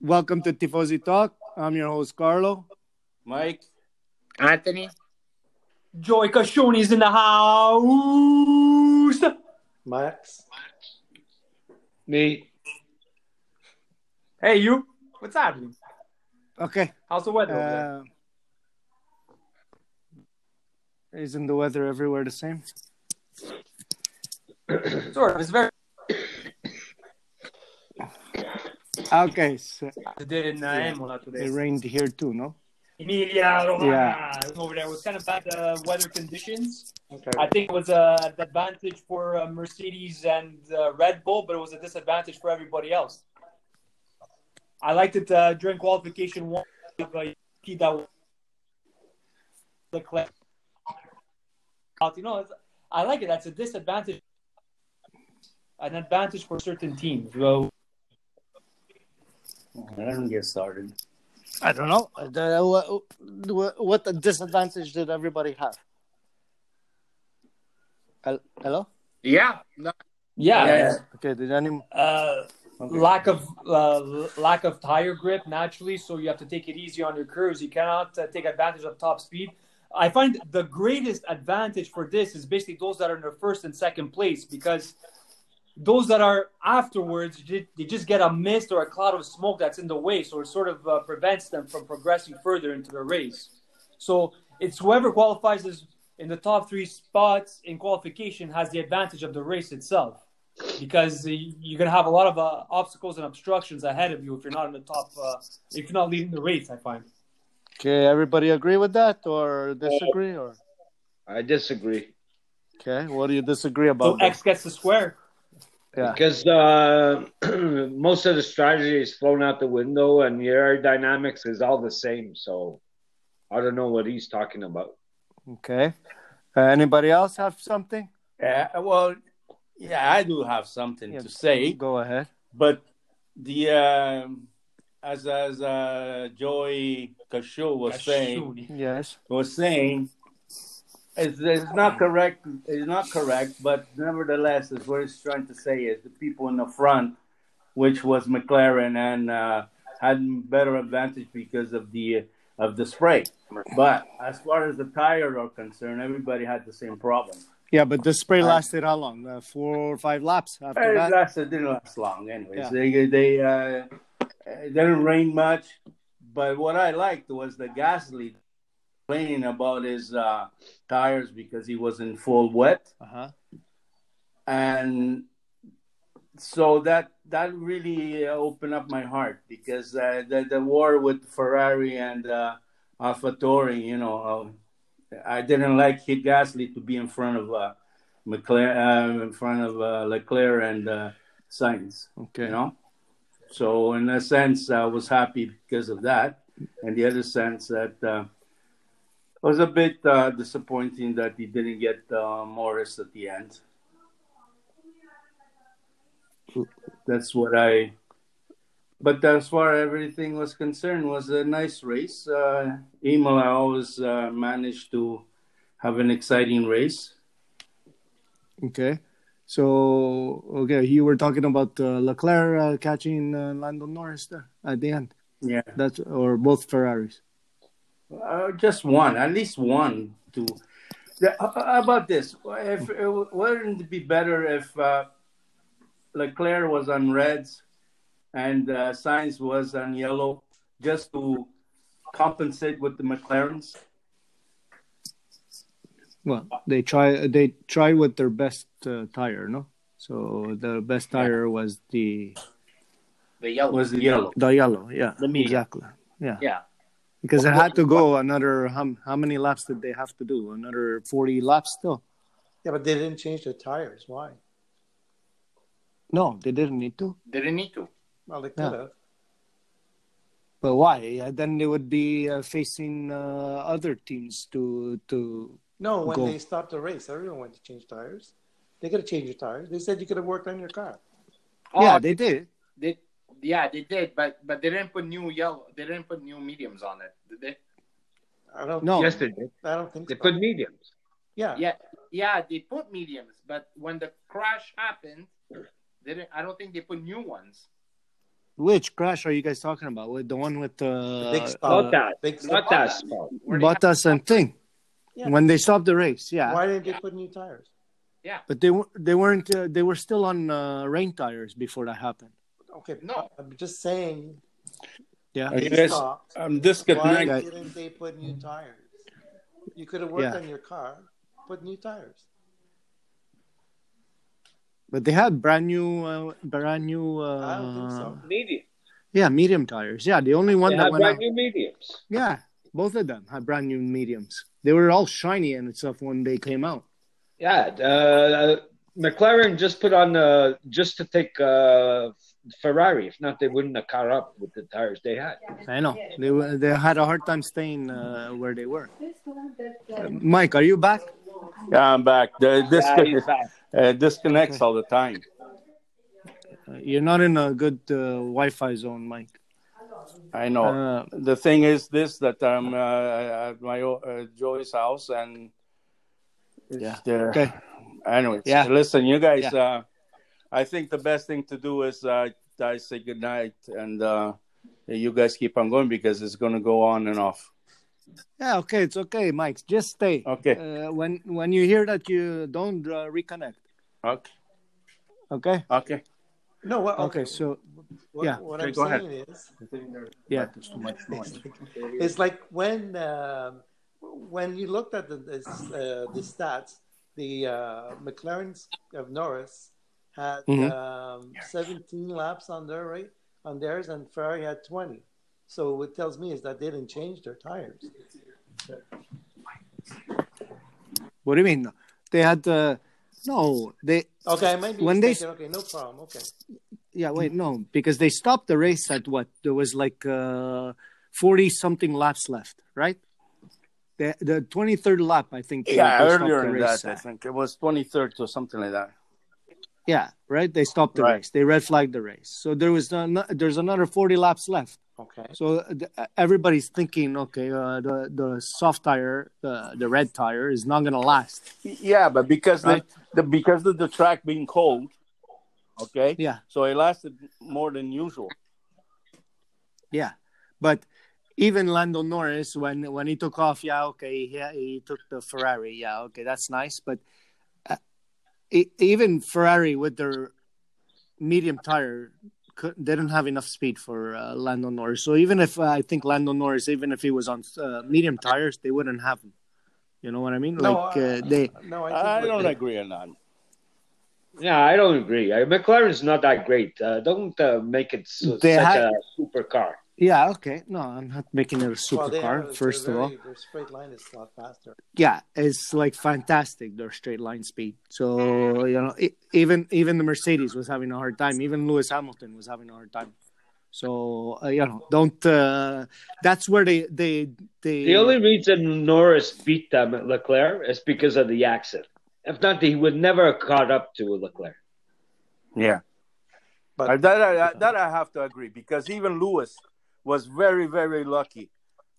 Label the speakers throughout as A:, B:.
A: Welcome to Tifosi Talk. I'm your host, Carlo.
B: Mike.
C: Anthony.
D: Joy Cashoni's in the house.
E: Max. Nate.
D: Hey, you. What's happening?
A: Okay.
D: How's the weather? over there?
A: Uh, uh, isn't the weather everywhere the same? Uh,
D: Sort of. It's very
A: Okay. So
D: today in uh, Imola
A: it
D: today.
A: rained here too, no?
D: Emilia Romagna
A: Yeah.
D: over there. It was kind of bad uh, weather conditions.
E: Okay.
D: I think it was uh, an advantage for uh, Mercedes and uh, Red Bull, but it was a disadvantage for everybody else. I liked it uh, during qualification one. of, Uh, Yuki that Leclerc. You know, it's, I like it. That's a disadvantage, an advantage for certain teams. Well,
B: I don't get started.
A: I don't know. what, what disadvantage did everybody have? Hello?
C: Yeah. No,
D: yeah,
A: Okay, did any.
D: Uh, lack of uh, l- lack of tire grip naturally, so you have to take it easy on your curves. You cannot uh, take advantage of top speed. I find the greatest advantage for this is basically those that are in the first and second place because those that are afterwards ju- they just get a mist or a cloud of smoke that's in the way, so it sort of uh, prevents them from progressing further into the race. So it's whoever qualifies as in the top three spots in qualification has the advantage of the race itself because y- you're going to have a lot of uh, obstacles and obstructions ahead of you if you're not in the top, uh, if you're not leading the race, I find.
A: Okay, everybody agree with that or disagree? Or
F: I disagree
A: Okay, what do you disagree
D: So
A: about? then?
D: X gets the square.
A: Yeah.
F: because uh, most of the strategy is thrown out the window, and the aerodynamics is all the same. So I don't know what he's talking about.
A: Okay. Uh, anybody else have something?
B: Yeah, well, yeah, I do have something
A: Yeah.
B: to say,
A: Go ahead.
B: but the um as as uh, Joey Kashu was saying
D: Shoot.
A: Yes.
B: was saying, it's, it's not correct. It's not correct, but nevertheless, is what he's trying to say is the people in the front, which was McLaren, and uh, had better advantage because of the of the spray. But as far as the tire are concerned, everybody had the same problem.
A: Yeah, but the spray lasted how long? Uh, four or five laps after
B: It
A: that?
B: lasted, didn't last long, anyways.
A: Yeah.
B: They they uh, it didn't rain much, but what I liked was the Gasly complaining about his uh, tires because he was in full wet,
A: Uh-huh.
B: and so that that really uh, opened up my heart because uh, the the war with Ferrari and uh, AlphaTauri, you know, uh, I didn't like Hit Gasly to be in front of uh, McLaren, uh, in front of uh, Leclerc and uh, Sainz
A: Okay.
B: you know. So in a sense, I was happy because of that, and the other sense that uh, it was a bit uh, disappointing that he didn't get uh, Morris at the end. That's what I. But as far as everything was concerned, was a nice race. Uh, Imola always uh, managed to have an exciting race.
A: Okay. So, okay, you were talking about uh, Leclerc uh, catching uh, Lando Norris there at the end.
B: Yeah.
A: That's or both Ferraris.
B: Uh, just one, at least one. To the, how- how about this, if it w- wouldn't it be better if uh, Leclerc was on reds and uh, Sainz was on yellow, just to compensate with the McLarens?
A: Well, they try they try with their best uh, tire, no? So the best tire was the
C: the yellow.
B: Was the yellow?
A: the yellow, yeah.
C: The medium.
A: Exactly. Yeah.
C: Yeah.
A: Because they had to go another how, how many laps did they have to do? Another 40 laps still.
E: Yeah, but they didn't change the tires. Why?
A: No, they didn't need to.
C: Didn't need to.
E: Well, they could
A: Yeah.
E: have.
A: But why? Uh, Then they would be uh, facing uh, other teams to to
E: No, when
A: Go.
E: they stopped the race, everyone went to change tires. They could have changed your tires. They said you could have worked on your car.
A: Yeah,
C: Oh,
A: they did.
C: They, yeah, they did, but but they didn't put new yellow. They didn't put new mediums on it. Did they?
E: I don't.
A: No.
F: Yes, they did.
E: I don't think.
F: They
E: So.
F: put mediums.
E: yeah.
C: Yeah, yeah, they put mediums, but when the crash happened, they didn't. I don't think they put new ones.
A: Which crash are you guys talking about? With the one with uh,
E: big stop.
A: uh,
F: Bottas.
E: Big stop.
F: Bottas. fault.
C: Where they have-
A: Bottas and thing
E: Yeah.
A: when they stopped the race. Yeah,
E: Why didn't they put new tires?
A: but they w- they weren't uh, they were still on uh, rain tires before that happened.
E: Okay,
C: No,
E: I'm just saying.
A: Yeah,
B: Are you
E: they
B: guys?
E: stopped.
B: I'm
E: Why
B: disconnected.
A: Yeah.
E: didn't they put new tires? You could have worked
A: Yeah.
E: on your car, put new tires.
A: but they had brand new uh, brand new. Uh,
E: I don't think so.
F: Medium.
A: Yeah, medium tires. Yeah, the only one
F: They
A: that
F: have
A: went out.
F: brand new mediums.
A: Yeah, both of them had brand new mediums. They were all shiny and stuff when they came out.
F: Yeah, uh, McLaren just put on uh, just to take uh, Ferrari. If not, they wouldn't have caught up with the tires they had.
A: I know they were, they had a hard time staying uh, where they were. Uh, Mike, are you back?
B: Yeah, I'm back. The
F: Yeah, he's
B: discon-
F: back.
B: uh, disconnects all the time.
A: Uh, you're not in a good uh, Wi-Fi zone, Mike.
B: I know.
A: Uh,
B: the thing is this that I'm uh, at my uh, Joy's house and it's
A: Yeah.
B: there.
A: Okay.
B: Anyways,
A: Yeah.
B: listen, you guys. Uh, I think the best thing to do is uh, I say good night and uh, you guys keep on going because it's going to go on and off.
A: yeah, okay, it's okay, Mike. Just stay.
B: Okay.
A: Uh, when when you hear that, you don't uh, reconnect.
B: Okay.
A: Okay.
B: Okay.
E: No, what, okay.
A: Okay. So
E: what,
A: yeah.
E: what
B: Okay,
E: I'm
B: go ahead.
E: saying is,
A: yeah,
E: it's like when um when you looked at the this, uh, the stats, the uh, McLarens of Norris had
A: Mhm.
E: um, 17 laps on their right on theirs, and Ferrari had 20. So what it tells me is that they didn't change their tires.
A: what do you mean? They had uh, no. They
E: Okay, I might be
A: When they
E: mistaken. Okay, no problem. Okay,
A: Yeah, wait, no, because they stopped the race at what? There was like uh, 40 something laps left, right? The, the 23rd lap, I think. they- they
B: Yeah,
A: stopped
B: earlier
A: the
B: in
A: race
B: that, I
A: at.
B: think it was 23rd or something like that.
A: Yeah, right? They stopped the
B: Right.
A: race. They red flagged the race. So there was an, there's another 40 laps left.
E: okay.
A: So uh, the, everybody's thinking, okay, uh, the, the soft tire, the, the red tire is not going to last.
B: Yeah, but because
A: Right.
B: the, the because of the track being cold, okay,
A: Yeah.
B: so it lasted more than usual.
A: Yeah, but even Lando Norris, when when he took off, yeah, okay, he he took the Ferrari, yeah, okay, that's nice. But uh, e- even Ferrari with their medium tire, could, they don't have enough speed for uh, Lando Norris. So even if uh, I think Lando Norris, even if he was on uh, medium tires, they wouldn't have him. You know what I mean?
E: No,
A: like
E: uh,
A: uh, they,
E: No, I, think
B: I
E: what
B: don't
E: they-
B: agree on that.
F: Yeah, I don't agree. Uh, McLaren's not that great. Uh, don't uh, make it su-
A: They
F: such
A: had-
F: a super car.
A: yeah, okay, no, I'm not making it a
E: well, they
A: supercar.
E: have a-
A: first
E: they're
A: of all,
E: very- their straight line is a lot faster.
A: yeah, it's like fantastic their straight line speed. So you know, e- even even the Mercedes was having a hard time. Even Lewis Hamilton was having a hard time. So uh, you know, don't. Uh, that's where they they they.
F: The only reason Norris beat them at Leclerc is because of the accident. If not, he would never have caught up to Leclerc.
B: Yeah.
E: But
B: Uh, that I, I- that I have to agree because even Lewis was very very lucky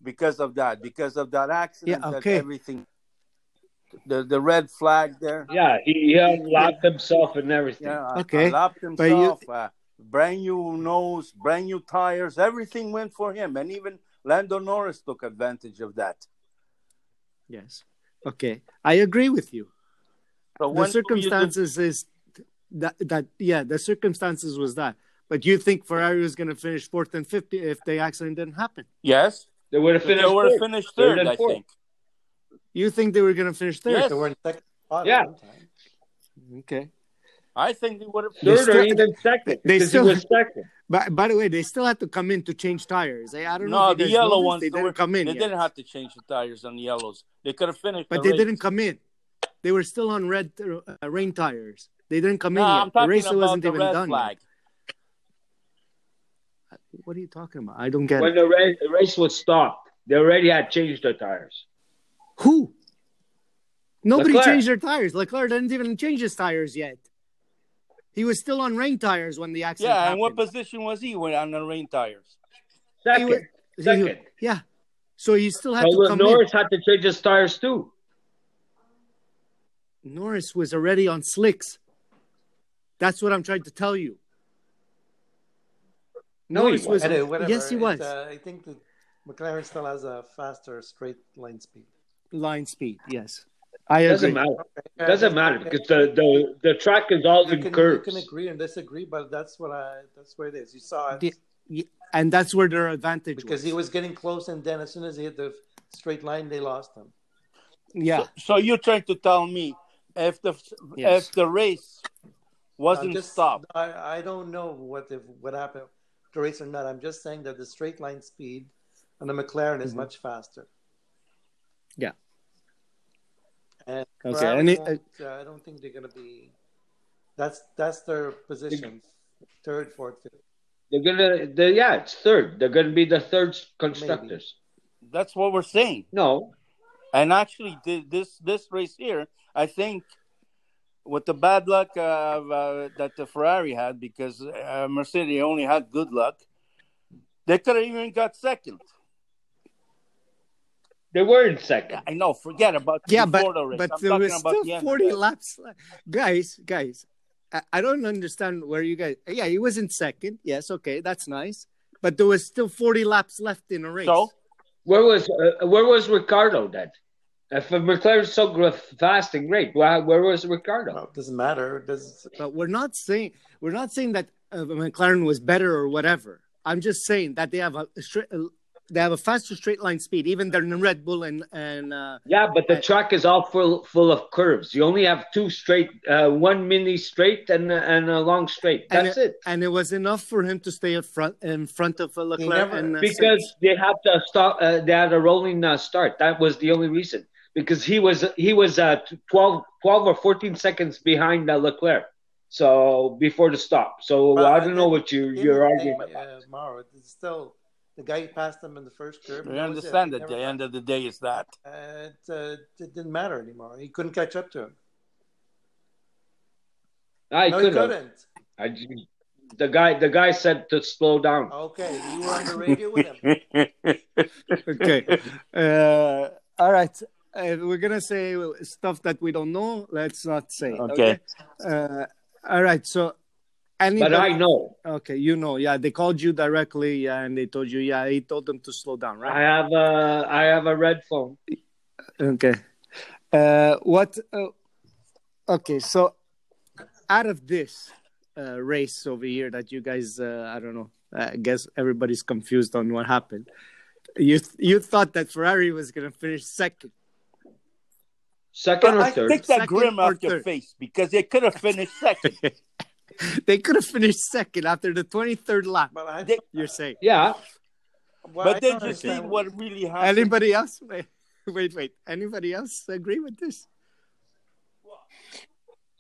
B: because of that because of that accident
A: Yeah,
B: that
A: okay.
B: everything the the red flag there
F: Yeah, he, he unlocked himself and everything.
B: yeah
A: Okay,
B: lapped
A: but you-
B: himself uh, brand new nose brand new tires everything went for him and even Lando Norris took advantage of that
A: yes. Okay, I agree with you.
B: so
A: The
B: when do you do-
A: circumstances is that that yeah, the circumstances was that. But you think Ferrari was going to finish fourth and fifth if the accident didn't happen?
B: yes
F: They would have finished.
B: they were
F: third.
B: finished
F: Third
B: third
F: and
B: I
F: fourth.
B: think
A: You think they were going to finish third?
B: Yes.
E: they were in second spot
F: Yeah.
E: at one time.
A: Okay.
B: I think they would have
A: They
F: third or
A: still-
F: even second.
A: they
F: because
A: still-
F: he was second.
A: By, by the way, they still had to come in to change tires. I, I don't know.
B: no
A: if you
B: the
A: guys
B: yellow
A: noticed,
B: ones
A: they didn't
B: were,
A: come in.
B: they
A: yet.
B: didn't have to change the tires on the yellows they could have finished
A: but
B: the
A: they
B: race.
A: didn't come in. They were still on red uh, rain tires. They didn't come
B: No,
A: in yet.
B: I'm talking
A: the race
B: about
A: wasn't
B: the
A: even
B: red
A: done. yet.
B: flag.
A: What are you talking about? I don't get
F: When
A: it.
F: the race, race was stopped, they already had changed their tires.
A: Who? Nobody
F: Leclerc.
A: changed their tires. Leclerc didn't even change his tires yet. He was still on rain tires when the accident
B: Yeah, and what
A: happened.
B: position was he when on the rain tires?
A: He
F: Second.
A: was- he-
F: second.
A: yeah. So he still had
F: So
A: to come
F: Norris had to change his tires too.
A: in. Norris was already on slicks. That's what I'm trying to tell you.
F: No, he
A: Norris was-
F: was.
E: Anyway, whatever.
A: Yes, he
E: It,
A: was.
E: Uh, I think the McLaren still has a faster straight line speed.
A: line speed. Yes, I agree.
F: Doesn't matter. Doesn't matter because the, the the track is all
E: you
F: in
E: can, you
F: curves.
E: can agree and disagree, but that's what I. That's where it is. You saw it
A: The- And that's where their advantage
E: because
A: was.
E: he was getting close, and then as soon as he hit the straight line, they lost him.
A: Yeah,
B: So you're trying to tell me if the
A: Yes.
B: if the race
E: I'm
B: wasn't
E: just-
B: stopped,
E: I, I don't know what if what happened, the race or not. I'm just saying that the straight line speed on the McLaren is much faster.
A: Yeah.
E: And
A: Okay,
E: Ferrari
A: and it-
E: won't, uh, I don't think they're going to be. That's that's their position, third, fourth, fifth.
F: They're gonna, they yeah, it's third. They're gonna be the third constructors.
B: that's what we're saying.
F: No,
B: And actually, thi- this this race here, I think, with the bad luck of, uh, that the Ferrari had, because uh, Mercedes only had good luck, they could have even got second.
F: they were in second.
B: I know. Forget about
A: yeah,
B: before
A: but
B: the race.
A: but
B: I'm
A: there
B: talking
A: was
B: about the
A: still
B: end
A: forty
B: of it.
A: laps. le- Guys, guys, I, I don't understand where you guys. Yeah, he was in second. Yes, okay, that's nice. But there was still forty laps left in a race.
B: So
F: Where was uh, where was Ricardo then? Uh, If McLaren's so gr- fast and great, why, where was Ricardo?
E: Well, it doesn't matter. It does
A: But we're not saying we're not saying that uh, McLaren was better or whatever. I'm just saying that they have a straight, uh, they have a faster straight line speed, even than Red Bull and and uh,
F: Yeah, but the
A: I-
F: track is all full full of curves. You only have two straight, uh, one mini straight and and a long straight.
A: And
F: That's it.
A: and it was enough for him to stay in front in front of uh, Leclerc
E: never-
A: and uh,
F: Because
A: Sainz.
F: they have to stop. Uh, they had a rolling uh, start. That was the only reason. Because he was he was uh, 12, 12 or fourteen seconds behind uh, Leclerc. So before the stop. So
E: Well,
F: I
E: I
F: don't know
E: think
F: what you
E: in
F: you're
E: the
F: arguing.
E: game,
F: about.
E: uh, Mauro, it's still the guy passed him in the first curve.
B: we
E: and that was it.
B: understand
E: He
B: that
E: never-
B: the end of the day is that.
E: Uh, it, uh, it didn't matter anymore. He couldn't catch up to him.
F: I
E: no,
F: could
E: he
F: have.
E: couldn't.
F: I ju- the guy the guy said to slow down.
E: Okay, you were on the radio with him.
A: okay, uh, all right. Uh, we're gonna say stuff that we don't know. Let's not say.
B: Okay.
A: Uh, all right. So, anybody,
F: But I know
A: Okay, you know. Yeah, they called you directly, yeah, and they told you. Yeah, he told them to slow down, right?
F: I have a I have a red phone.
A: Okay. Uh, what? Uh, okay, so out of this uh, race over here that you guys, uh, I don't know, I guess everybody's confused on what happened. You you thought that Ferrari was gonna finish second.
F: Second or
B: I
F: third?
B: take that
A: Second
B: grim
A: or
B: off your
A: third?
B: face because they could have finished second.
A: They could have finished second after the twenty third lap.
E: But I,
B: They-
A: You're saying
F: yeah.
E: well, I
B: but they
E: don't
B: just
E: understand
B: need what really happened.
A: anybody else? Wait, wait, wait. Anybody else agree with this?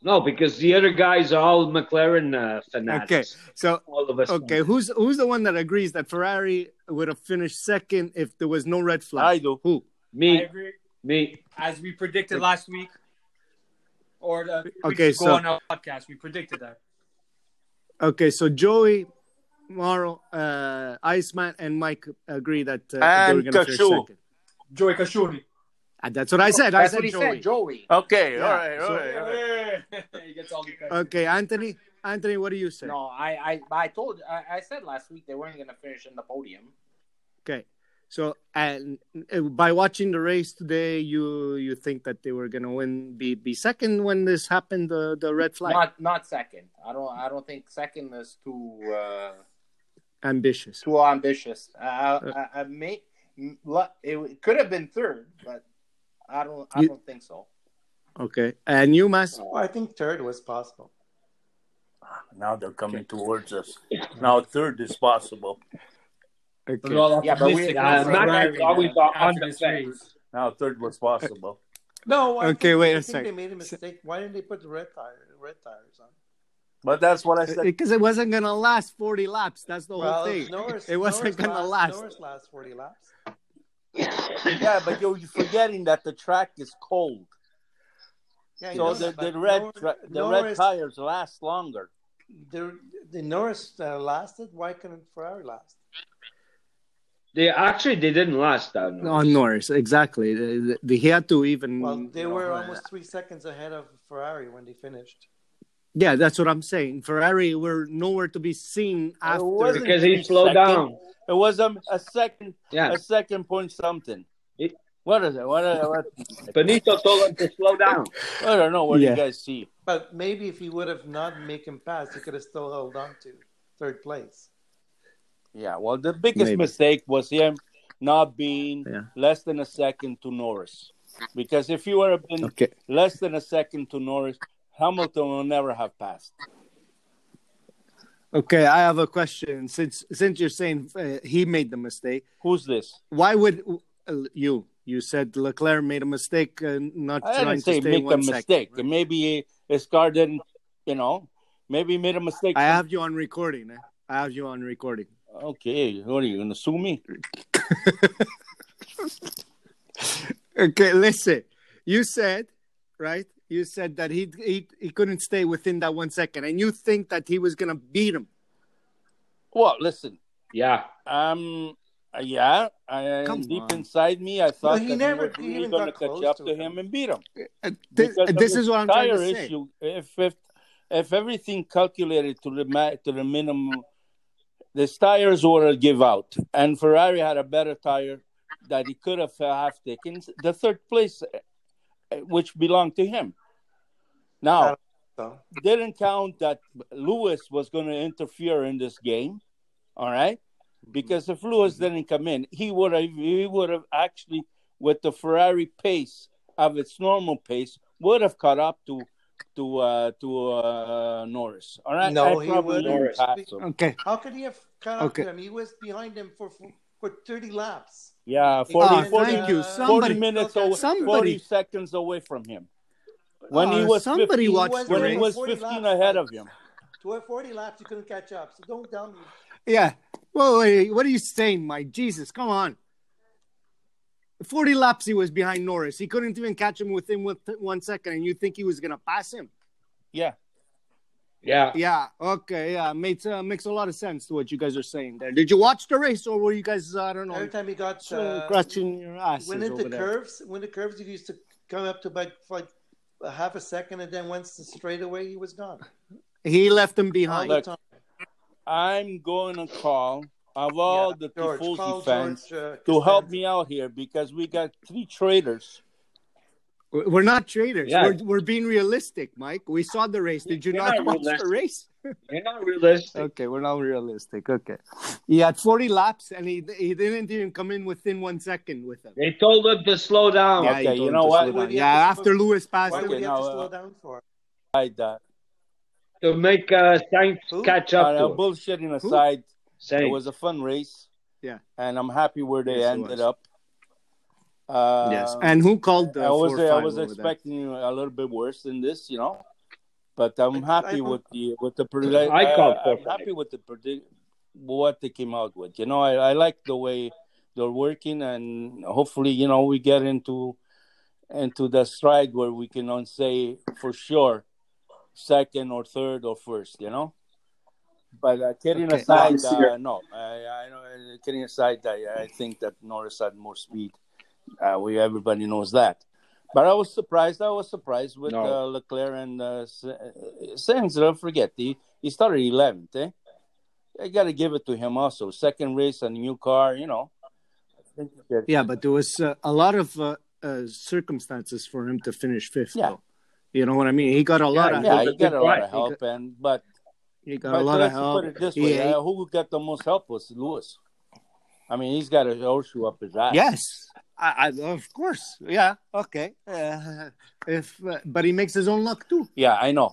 F: No, because the other guys are all McLaren uh, fanatics.
A: So
F: All of us.
A: okay, who's who's the one that agrees that Ferrari would have finished second if there was no red flag?
B: I do.
A: Who?
D: I
F: Me,
D: agree.
F: me.
D: As we predicted last week, or the two
A: Okay,
D: weeks ago
A: so-
D: on our podcast, we predicted that.
A: Okay, so Joey, Morrow, uh, Iceman, and Mike agree that uh, they
B: And
A: were going to finish
B: Kashu.
A: second.
D: Joey Kashuri.
A: And that's what I said. I
C: That's
A: said
C: what he
A: Joey.
C: said, Joey.
B: Okay,
A: Yeah,
B: all right, all
A: so-
B: right, all right.
D: he gets all the credit.
A: Okay, Anthony, Anthony, what do you say?
C: No, I, I, I told, I, I said last week they weren't gonna finish in the podium.
A: Okay, so and uh, by watching the race today, you you think that they were going to win, be be second when this happened, the the red flag.
C: Not, not second. I don't, I don't think second is too, uh,
A: Ambitious.
C: too ambitious. I, I, I, I may, m- lo- it could have been third, but I don't, I
A: You-
C: don't think so.
A: Okay, and you, Mas.
E: Well, "Oh, I think third was possible.
B: Now they're coming towards us. Now third is possible.
D: We're
A: Okay.
D: all
C: Yeah, but
D: optimistic
C: we- uh,
D: for
F: Matt
D: Ferrari,
F: is always
D: uh,
F: on
D: after
F: the
D: this
F: fence.
D: race.
B: Now third was possible.
E: No, I
A: Okay,
E: think,
A: wait a
E: I think
A: sec.
E: They made a mistake. Why didn't they put the red tire, red tires on?
B: But that's what I said.
A: Because Uh, it wasn't going to last 40 laps. That's the whole thing.
E: Norris,
A: It wasn't
E: Norris
A: gonna
E: last-
A: last.
E: Norris last forty laps.
B: Yeah, but you're forgetting that the track is cold.
E: Yeah, I
B: So
E: know
B: the,
E: that,
B: the
E: but
B: red
E: Nor-
B: tra- the red
E: Norris,
B: tires last longer.
E: The, the Norris uh, lasted. Why couldn't Ferrari last?
F: They actually they didn't last that long.
A: On Norris, exactly. The, the, he had to even.
E: Well, they
A: you know,
E: were
A: uh,
E: almost three seconds ahead of Ferrari when they finished.
A: Yeah, that's what I'm saying. Ferrari were nowhere to be seen after.
B: wasn't-
F: because he slowed down.
B: It was um, a second,
F: Yeah,
B: a second point something.
F: It-
B: What is it? What? Is it? What?
F: Benito told him to slow down.
B: I don't know. What do
A: Yeah.
B: you guys see?
E: But maybe if he would have not make him pass, he could have still held on to third place.
B: Yeah. Well, the biggest
A: Maybe.
B: mistake was him not being
A: Yeah.
B: less than a second to Norris, because if you would have been
A: Okay.
B: less than a second to Norris, Hamilton will never have passed.
A: Okay, I have a question. Since since you're saying uh, he made the mistake,
B: Who's this?
A: why would uh, you you said Leclerc made a mistake uh, not
B: I
A: trying
B: didn't
A: to stay
B: say make a
A: one second,
B: mistake.
A: right?
B: Maybe his car didn't, you know, maybe he made a mistake.
A: I have you on recording. Eh? I have you on recording.
B: Okay, what are you gonna sue me?
A: Okay, listen. You said, right? You said that he he he couldn't stay within that one second, and you think that he was gonna beat him.
B: Well, listen,
F: Yeah,
B: um, uh, yeah, I,
A: Come
B: deep
A: on.
B: inside me, I
E: Well,
B: thought
E: he
B: that
E: never
B: we were really
E: even
B: gonna
E: got
B: catch
E: close
B: up
E: to
B: to
E: him.
B: him and beat him.
A: Uh, thi-
B: Because of
A: this
B: his
A: is what I'm trying
B: tire
A: to say.
B: issue. If if if everything calculated to the ma- to the minimum, the tires were a give out, and Ferrari had a better tire that he could have uh, have taken the third place, uh, which belonged to him. Now,
E: So
B: didn't count that Lewis was going to interfere in this game. All right, because if Lewis didn't come in, he would have he would have actually with the Ferrari pace of its normal pace would have caught up to to uh, to uh, Norris. All right,
E: No,
B: And
E: he
B: probably
E: wouldn't.
B: Norris passed him.
A: Okay.
E: how could he have caught up
A: Okay.
E: to him? He was behind him for for thirty laps.
B: Yeah,
E: He
B: 40,
A: Oh,
E: couldn't,
B: 40,
A: thank you.
E: uh,
B: 40
A: Somebody-
B: minutes
E: Okay.
B: away,
A: somebody-
B: 40 seconds away from him. When he
A: Oh,
B: was
A: somebody
B: 15,
A: watched
E: was
A: the
B: when
E: doing
B: he
A: race.
B: was
E: 40
B: fifteen
E: laps,
B: ahead
E: like-
B: of him.
E: To have forty laps, he couldn't catch up. So don't tell me.
A: Yeah. Well, wait, what are you saying, Mike? Jesus, come on. 40 laps he was behind Norris. He couldn't even catch him within one- one second, and you think he was going to pass him?
B: Yeah,
F: yeah.
A: Yeah. Okay. Yeah. Makes, uh, makes a lot of sense to what you guys are saying there. Did you watch the race, or were you guys, uh, I don't know,
E: Every time he got
A: so
E: uh,
A: scratching your asses
E: when it
A: over
E: the
A: there?
E: curves, when the curves, he used to come up to about like a half a second, and then once the straightaway, he was gone.
A: He left him
E: All
A: behind.
E: the
B: Look,
E: time.
B: I'm going to call of all
E: Yeah,
B: the
E: George,
B: Tifosi
E: Paul
B: fans
E: George, uh,
B: to help
E: Costanza.
B: me out here because we got three traders.
A: We're we're not traders.
F: Yeah.
A: We're, we're being realistic, Mike. We saw the race. Did you
F: We're
A: not
F: not
A: watch the
F: realistic.
A: race?
F: You're not realistic.
A: Okay, we're not realistic. Okay, he had 40 laps and he he didn't even come in within one second with him.
F: They told him to slow down.
A: Yeah, he
B: okay,
A: told
B: you
A: him
B: know
A: to
B: what?
A: slow down.
E: Would he
A: Yeah,
E: have to
A: after
E: slow-
A: Lewis passed
E: Why
A: him.
E: would he have to
B: now,
E: slow
B: uh,
E: down for?
B: Like that.
F: to make uh, Sainz
E: Who?
F: catch
B: All
F: up
B: right,
F: to him.
B: bullshitting
A: Who?
B: aside, it
F: Sainz.
B: was a fun race.
A: Yeah.
B: and I'm happy where they
A: Yes, it
B: ended
A: was.
B: up. Uh,
A: yes, and who called the
B: I was uh,
A: four
B: I
A: five
B: was
A: uh, over there?
B: expecting a little bit worse than this, you know, but I'm
E: I-
B: happy
E: I-
B: with the with the predi-
F: I called
B: uh,
F: for
B: I'm
F: five.
B: happy with the predi- what they came out with. You know, I, I like the way they're working, and hopefully, you know, we get into into the stride where we can on say for sure second or third or first. You know. But uh, kidding
A: Okay.
B: aside,
A: Obviously,
B: uh, no, I, I don't- kidding aside, I, I think that Norris had more speed. Uh, we everybody knows that. But I was surprised. I was surprised with
F: No.
B: uh, Leclerc and uh, S- uh, Sainz. Don't forget, he, he started 11th. Eh? I got to give it to him also. Second race, a new car, you know. I think he did.
A: Yeah, but there was uh, a lot of uh, uh, circumstances for him to finish fifth.
B: Yeah.
A: Though. You know what I mean? He got a lot
F: Yeah,
A: of
B: Yeah,
A: help.
B: he got a lot
F: Right.
B: of help, and but,
A: He got
B: but
A: a lot of
B: let's put
A: help.
B: it this
A: He
B: way:
A: ate-
B: uh, who got the most help was Lewis. I mean, he's got a horseshoe up his ass.
A: Yes, I, I of course. Yeah. Okay. Uh, if uh, but he makes his own luck too.
B: Yeah, I know.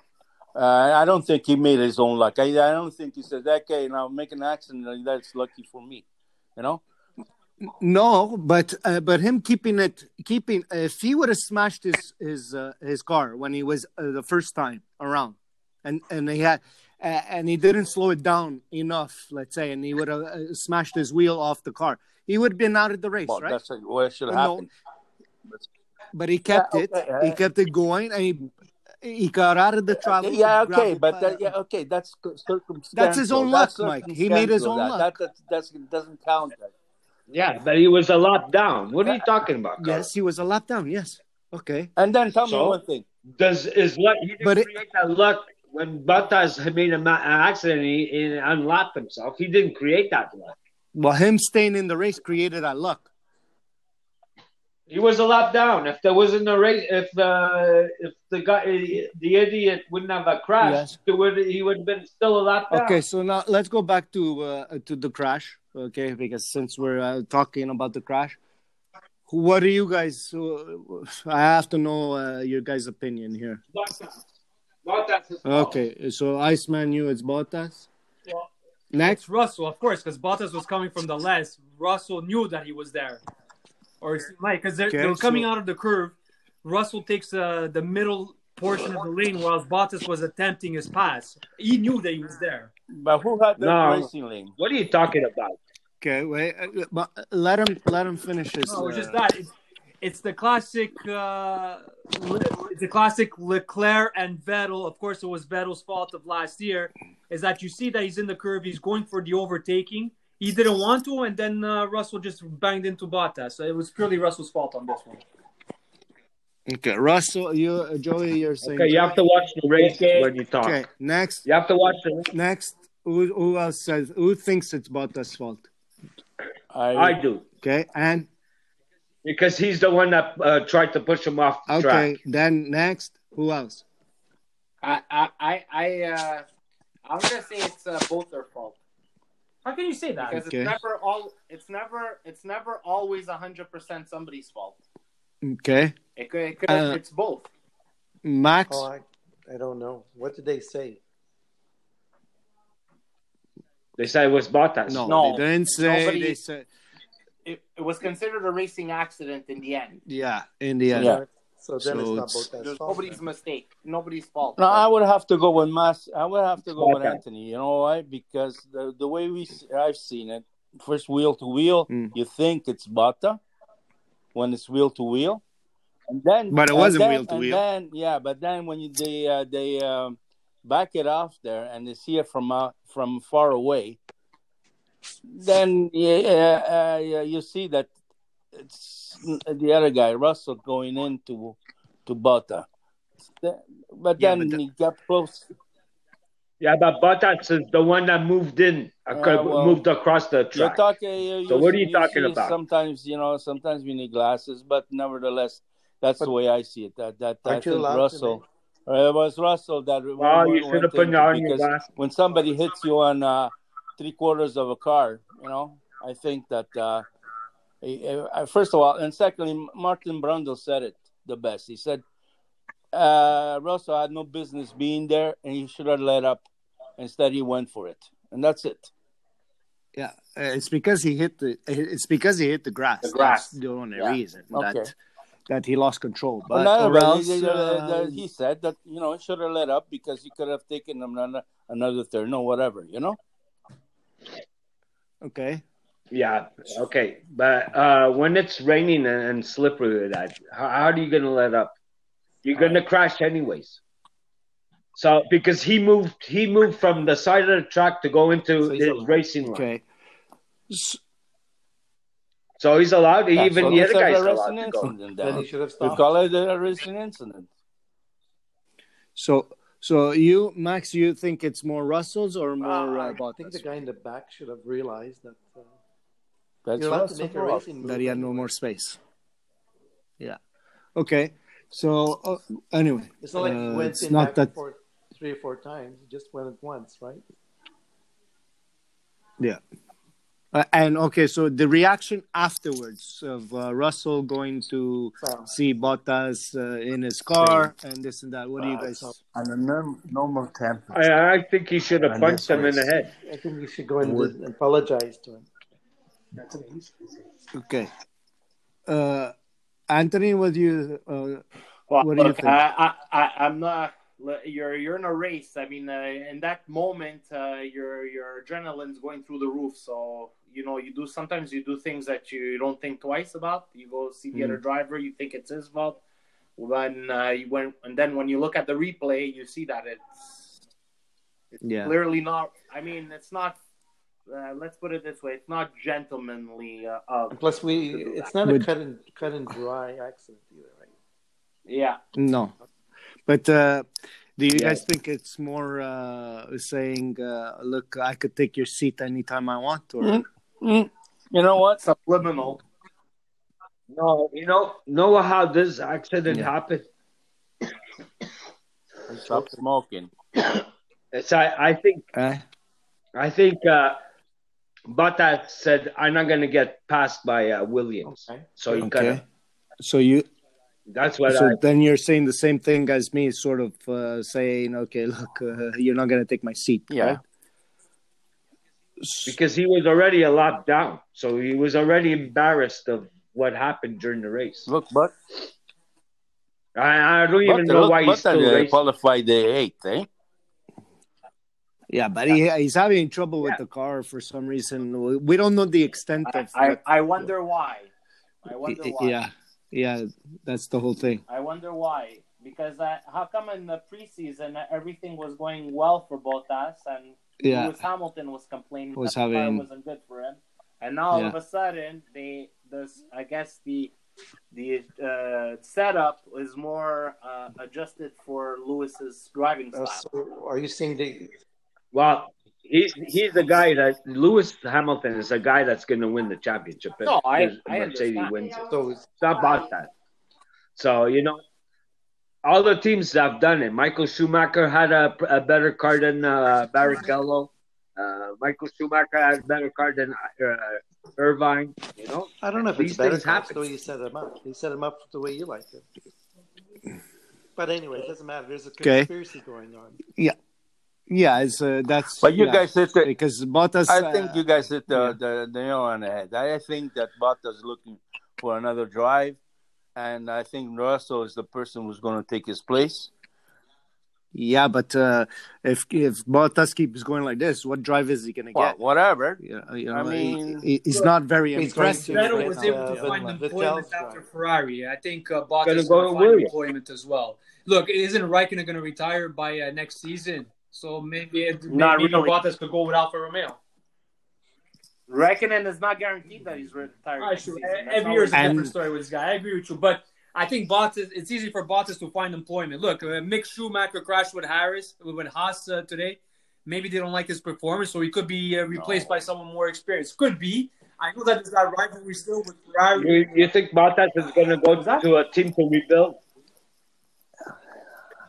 B: Uh, I don't think he made his own luck. I, I don't think he said, okay, now make an accident. That's lucky for me. You know?
A: No, but uh, but him keeping it keeping uh, if he would have smashed his his uh, his car when he was uh, the first time around, and and he had uh, and he didn't slow it down enough, let's say, and he would have uh, smashed his wheel off the car. He would have been out of the race,
B: Well,
A: right?
B: that's what should
A: No.
B: happen.
A: But he kept
B: Yeah,
A: it.
B: okay,
A: He
B: uh,
A: kept it going, and he he got out of the travel.
B: yeah, okay,
A: gravel
B: but
A: pa-
B: that, yeah, okay, that's cir- circumstantial.
A: That's his own
B: That's
A: luck, Mike. He made his
B: circumstantial,
A: own
B: that.
A: luck.
B: That, that that's, doesn't count. That.
F: Yeah, but he was a lap down. What are you talking about? Carl?
A: Uh, Yes, he was a lap down. Yes. Okay.
B: And then tell me
F: So?
B: one thing.
F: Does is luck? He didn't
A: But it-
F: create that luck when Bottas had made a ma- an accident, he, he unlocked himself. He didn't create that luck.
A: Well, him staying in the race created that luck.
F: He was a lap down. If there wasn't a race, if the if the guy the idiot wouldn't have a crash,
A: Yes.
F: it would, he would have been still a lap down.
A: Okay, so now let's go back to uh, to the crash. Okay, because since we're uh, talking about the crash, what do you guys? So I have to know uh, your guys' opinion here.
F: Bottas. Bottas is
A: Okay, so Iceman, you it's Bottas. Next,
D: It's Russell, of course, because Bottas was coming from the left. Russell knew that he was there, or it's- like because they're,
A: Okay,
D: they're coming
A: so-
D: out of the curve. Russell takes uh, the middle portion of the lane, while Bottas was attempting his pass. He knew that he was there.
B: But who had the
F: No.
B: racing lane?
F: What are you talking about?
A: okay, wait, uh, but let him let him finish his.
D: No, it's
A: uh,
D: Oh, just that. It's, it's the classic, uh, Le- it's the classic Leclerc and Vettel. Of course, it was Vettel's fault of last year. Is that you see that he's in the curve, he's going for the overtaking. He didn't want to, and then uh, Russell just banged into Bottas. So it was purely Russell's fault on this one.
A: Okay, Russell, you uh, Joey, you're saying.
F: Okay, you have to watch the race
B: Okay.
F: when you talk.
A: Okay, next,
F: You have to watch the.
A: next. Who, who else says? Who thinks it's Bottas' fault?
F: I do
A: Okay, and
F: because he's the one that uh, tried to push him off the
A: okay,
F: track.
A: then next, who else?
C: I, I, I, I uh, I'm gonna say it's uh, both their fault
D: How can you say that?
C: because
A: Okay.
C: it's never all. It's never. It's never always hundred percent somebody's fault.
A: Okay,
C: It could. It could
A: Uh,
C: it's both.
A: Max.
E: Oh, I, I don't know. What did they say?
F: They said it was Bottas.
A: No,
C: No.
A: they didn't say.
C: Nobody-
A: They said,
C: It, it was considered a racing accident in the end.
A: yeah, in the end.
B: Yeah.
E: So
A: So
E: then it's
A: it's-
E: not Bottas'
C: There's
E: fault.
C: nobody's mistake. Nobody's fault.
B: No, I would have to go with Mas. I would have to go with
F: Okay.
B: Anthony. You know why? Because the the way we s- I've seen it, first wheel to wheel,
A: Mm.
B: you think it's Bata when it's wheel to wheel, and then
A: But it
B: and
A: wasn't
B: then-
A: wheel to
B: and
A: wheel.
B: Then yeah, but then when you, they uh, they um, back it off there and they see it from uh, from far away, then yeah, uh, yeah, you see that it's uh, the other guy Russell going into to Bata. But
A: Yeah,
B: then
A: but the-
B: he got close.
F: Yeah, but Bottas is the one that moved in, ac-
B: Uh, well,
F: moved across the track.
B: You're talking. You,
F: So what are you talking
B: see
F: about?
B: Sometimes you know. Sometimes we need glasses, but nevertheless, that's
E: But-
B: the way I see it. That that I
E: Aren't you
B: think
E: allowed to
B: Russell. Uh, it was Russell that.
F: well, Oh, you
B: went
F: should have put
B: in
F: on your
B: because
F: glasses.
B: when somebody hits you on uh, three quarters of a car, you know, I think that uh, eh, eh, uh, first of all, and secondly, Martin Brundle said it the best. He said uh, Russell had no business being there, and he should have let up. Instead, he went for it, and that's it.
A: Yeah, uh, it's because he hit the. It's because he hit the grass.
C: The grass.
A: That's the only
B: Yeah.
A: reason
B: Okay.
A: that that he lost control. But
B: Another
A: or
B: one,
A: else,
B: he- he-
A: uh,
B: he said that you know it should have let up because you could have taken him another, another turn or whatever, you know.
A: okay,
F: Yeah, okay. But uh, when it's raining and, and slippery like that, how, how are you going to let up? You're going to crash anyways. So because he moved, he moved from the side of the track to go into
E: So he's
F: his
E: allowed.
F: racing line.
A: okay.
F: So he's allowed.
B: Yeah,
F: even
B: so
F: the other
B: let's have
F: guy's
B: a
F: allowed
B: racing
F: to go.
B: incident.
E: Then he
B: Then.
E: should have
B: We
E: stopped.
B: call it a racing incident.
A: So so you Max, you think it's more Russell's or more
E: Uh,
A: uh,
E: I think the
A: Bottas
E: guy in the back should have realized that uh,
B: That's
E: you're allowed to
B: Russell
E: make a
B: Crowe.
E: racing move.
A: that he had no
E: anyway.
A: more space? Yeah. Okay. So uh, anyway,
E: It's not like he
A: uh,
E: went
A: it's
E: in
A: not
E: back
A: that
E: and forth three or four times. He just went at once, right?
A: Uh, and okay, so the reaction afterwards of uh, Russell going to
E: So,
A: see Bottas uh, in his car and this and that. What do you guys?
G: And a norm- normal temperature.
F: I, I think he should have
G: And
F: punched
G: that's
F: him in the
G: race.
F: head.
E: I think you should go and
G: Would-
E: dis- apologize to him.
A: Okay, uh, Anthony, what do you? Uh,
C: Well,
A: What do you
C: look,
A: think?
C: I, I, I, I'm not. You're you're in a race. I mean, uh, in that moment, uh, your your adrenaline's going through the roof. So you know, you do sometimes you do things that you don't think twice about. You go see the other
A: Mm.
C: driver. You think it's his fault. When uh, you when and then when you look at the replay, you see that it's
A: yeah,
C: clearly not. I mean, it's not. Uh, let's put it this way: it's not gentlemanly uh, of.
E: And plus, we
C: to do
E: it's not a
A: Would-
E: cut and cut and dry accident either, right?
C: Yeah,
A: no, but uh, Do you
F: Yeah.
A: guys think it's more uh, saying, uh, "Look, I could take your seat anytime I want"? Or
B: Mm. Mm, you know what?
C: Subliminal.
F: No, you know, know how this accident
A: Yeah.
F: happened?
B: Stop smoking.
F: It's, I, I think
A: Uh,
F: I think uh, Bata said I'm not gonna get passed by uh, Williams,
E: Okay.
F: so he cut
A: okay.
F: him.
A: So you,
F: That's what
A: so
F: I.
A: then you're saying the same thing as me, sort of uh, saying, "Okay, look, uh, you're not gonna take my seat."
B: Yeah.
A: right? S-
F: because he was already a lap down, so he was already embarrassed of what happened during the race.
B: Look, but
F: I, I don't
B: but
F: even know
B: look,
F: why
B: but
F: he's still racing.
B: qualified the eighth, eh?
A: Yeah, but he, he's having trouble with the car for some reason. We- We don't know the extent
C: I,
A: of.
C: I,
A: what-
C: I wonder why. I wonder why.
A: yeah, yeah, that's the whole thing.
C: I wonder why. Because uh, how come in the preseason uh, everything was going well for Bottas and
A: Yeah,
C: Lewis Hamilton was complaining
A: Was
C: that the car
A: having-
C: wasn't good for him, and now all
A: Yeah.
C: of a sudden they this I guess the the uh, setup is more uh, adjusted for Lewis's driving
E: Uh,
C: style.
E: so are you seeing the?
F: Well, he's he's the guy that Lewis Hamilton is the guy that's going to win the championship. if
C: No, I-
F: Mercedes
C: I understand.
F: wins it.
E: So it's-
F: It's not about that. So you know, all the teams that have done it. Michael Schumacher had a, a better car than uh, Barrichello. Uh, Michael Schumacher had a better car than uh, Irvine. You know,
E: I don't know if
F: These
E: it's better.
F: things
E: That's
F: happen.
E: the way you set them up. You set them up the way you like it. But anyway, it doesn't matter. There's a
A: Okay.
E: conspiracy going on.
A: yeah, it's uh, that's.
B: But you
A: yeah,
B: guys hit the.
A: because Bottas.
B: I think
A: uh,
B: you guys hit the,
A: yeah.
B: the, the nail on the head. I think that Bottas looking for another drive, and I think Russell is the person who's going to take his place.
A: Yeah, but uh, if if Bottas keeps going like this, what drive is he gonna
B: Well,
A: get?
B: whatever.
A: Yeah, uh, you know,
B: I
A: he-
B: mean-
A: he- he's not very
E: He's going
A: impressive.
E: to-
A: right
D: Vettel was
A: now.
D: able to
E: Uh,
D: find
E: Vettel.
D: employment
E: Vettel's
D: after
E: right.
D: Ferrari. I think uh,
F: Gonna
D: Bottas going to
F: go to
D: find
F: Williams.
D: employment as well. Look, isn't Raikkonen going to retire by uh, next season? So maybe it-
C: Not
D: maybe
C: really.
D: Bottas could go with Alfa Romeo.
C: Reckoning is not guaranteed that he's retired.
D: All right,
C: next
D: sure.
C: season. That's
D: Every
C: how
D: year is a
A: And-
D: different story with this guy. I agree with you, but I think Bottas. It's easy for Bottas to find employment. Look, uh, Mick Schumacher crashed with Harris with Haas uh, today. Maybe they don't like his performance, so he could be uh, replaced by someone more experienced. Could be. I know that there's that rivalry still with Ferrari.
F: You, you think Bottas is going to go
D: Exactly.
F: to a team to rebuild?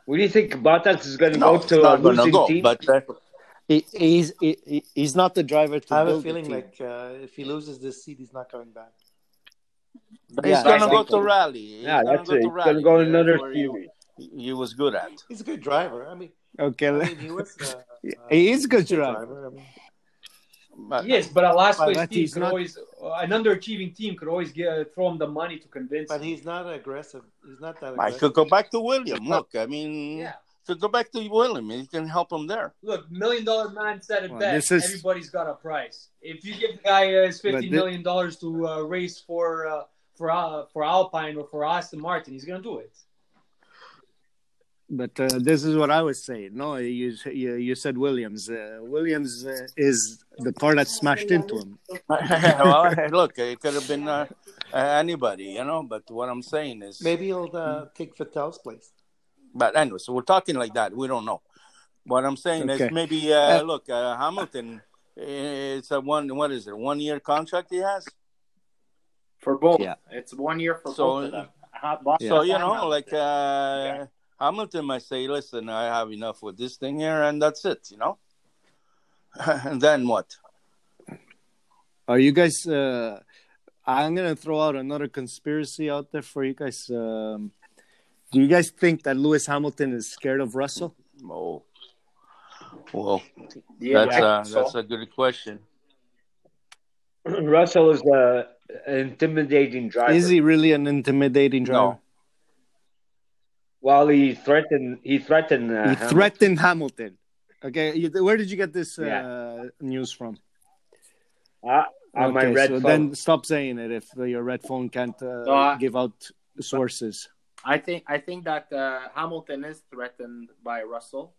F: What do you think Bottas is going to
B: No,
F: go
B: it's
F: to a
B: not going to
F: losing
B: go.
F: team?
B: But uh,
A: He, he's he, he- he's not the driver to
E: I have a
A: build the
E: feeling
A: team.
E: like uh, if he loses this seat, he's not coming back.
B: he's
A: Yeah,
B: going to go
F: exactly.
B: to rally. He's
F: yeah,
B: going to
F: that's
B: go
F: it.
B: to
F: It's going
B: rally.
F: to go
B: That's
F: another
B: where he,
F: series.
B: he was good at.
E: He's a good driver. I mean,
A: okay,
E: I mean, he was. Uh, uh,
A: he is a good
E: he's a
A: driver.
E: driver. I mean,
B: But,
D: Yes, but a last
E: But
D: place
A: that
D: team
A: is
D: could
A: not-
D: always uh, an underachieving team could always get, uh, throw him the money to convince.
E: but
D: him.
E: he's not aggressive. He's not that
B: I
E: aggressive.
B: could go back to William. Look, I mean,
D: Yeah.
B: could go back to William. He can help him there.
D: Look, million dollar man said it
A: Well,
D: best.
A: this is-
D: Everybody's got a price. If you give the guy uh, his fifteen
A: thi-
D: million dollars to uh, race for uh, for uh, for Alpine or for Aston Martin, he's gonna do it.
A: But uh, this is what I was saying. No, you you, you said Williams. Uh, Williams uh, is the car that smashed into him.
B: well, look, it could have been uh, uh, anybody, you know. But what I'm saying is,
E: Maybe he'll uh, take Vettel's place.
B: but anyway, so we're talking like that. We don't know. What I'm saying
A: Okay.
B: is maybe uh,
A: Uh,
B: look, uh, Hamilton. It's a one. What is it? One year contract he has.
C: for both.
A: Yeah.
C: It's one year for
B: So-
C: both of them. Ha- Bottas
B: So you
C: and
B: know,
C: Hamilton.
B: like uh, Hamilton might say, "Listen, I have enough with this thing here, and that's it." You know. and then what?
A: Are you guys? Uh, I'm gonna throw out another conspiracy out there for you guys. Um, do you guys think that Lewis Hamilton is scared of Russell?
B: Oh, well,
C: yeah,
B: that's
C: I
B: uh,
C: think so.
B: that's a good question.
F: Russell is a, an intimidating driver.
A: Is he really an intimidating driver?
F: While he threatened, he threatened. Uh,
A: he
F: Hamilton.
A: threatened Hamilton. Okay, you, where did you get this uh, news from?
F: Ah, on my
A: okay,
F: red
A: so
F: phone.
A: then stop saying it if your red phone can't uh,
C: No, I-
A: give out sources.
B: uh,
C: I think I think that uh, Hamilton is threatened by Russell,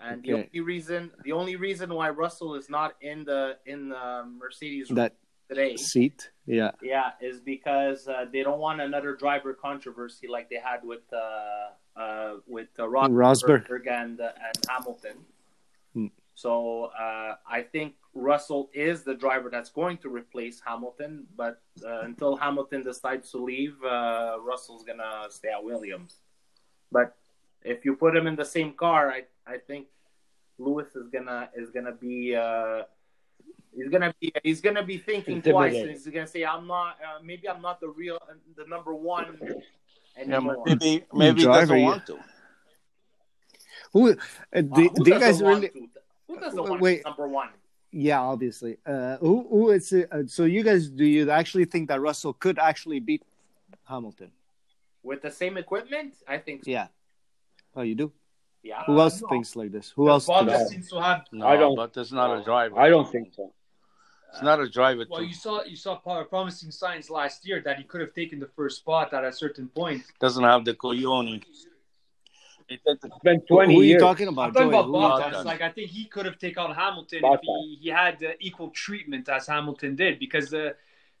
C: and the
A: Okay.
C: only reason the only reason why Russell is not in the in the Mercedes
A: That
C: today,
A: seat, yeah,
C: yeah, is because uh, they don't want another driver controversy like they had with uh, uh, with uh,
A: Rosberg.
C: Rosberg and uh, and Hamilton. So uh, I think Russell is the driver that's going to replace Hamilton, but uh, until Hamilton decides to leave, uh, Russell's gonna stay at Williams. But if you put him in the same car, I I think Lewis is gonna is gonna be. Uh, He's gonna be. He's gonna be thinking twice. And he's gonna say, "I'm not. Uh, maybe I'm not the real, the number one
B: Yeah,
C: anymore."
B: maybe maybe he
A: Driver,
B: doesn't
A: yeah.
B: want to.
A: Who, uh, do,
C: who
A: do you
C: doesn't
A: guys
C: want
A: really?
C: to? Who doesn't want
A: Wait.
C: number one?
A: Yeah, obviously. Uh, who, who is it? Uh, so you guys, do you actually think that Russell could actually beat Hamilton?
C: With the same equipment, I think. So.
A: Yeah. Oh, you do.
C: Yeah.
B: Uh,
A: Who else
D: no.
A: thinks like this? Who else?
D: Bottas
A: Thinks?
D: seems to have.
B: No,
F: I don't-
B: but it's not a driver.
F: I don't think so.
B: It's not a driver.
D: Well,
B: too.
D: you saw you saw pro- promising signs last year that he could have taken the first spot at a certain point.
B: doesn't have the coyoni. It- it-
F: It's been
A: Who,
F: twenty
A: who are you
F: years.
A: talking about?
D: I'm talking
A: Joey?
D: about
A: Who-
D: Bottas.
B: Bottas.
D: Like I think he could have taken on Hamilton if
F: Bottas.
D: he, he had uh, equal treatment as Hamilton did because uh,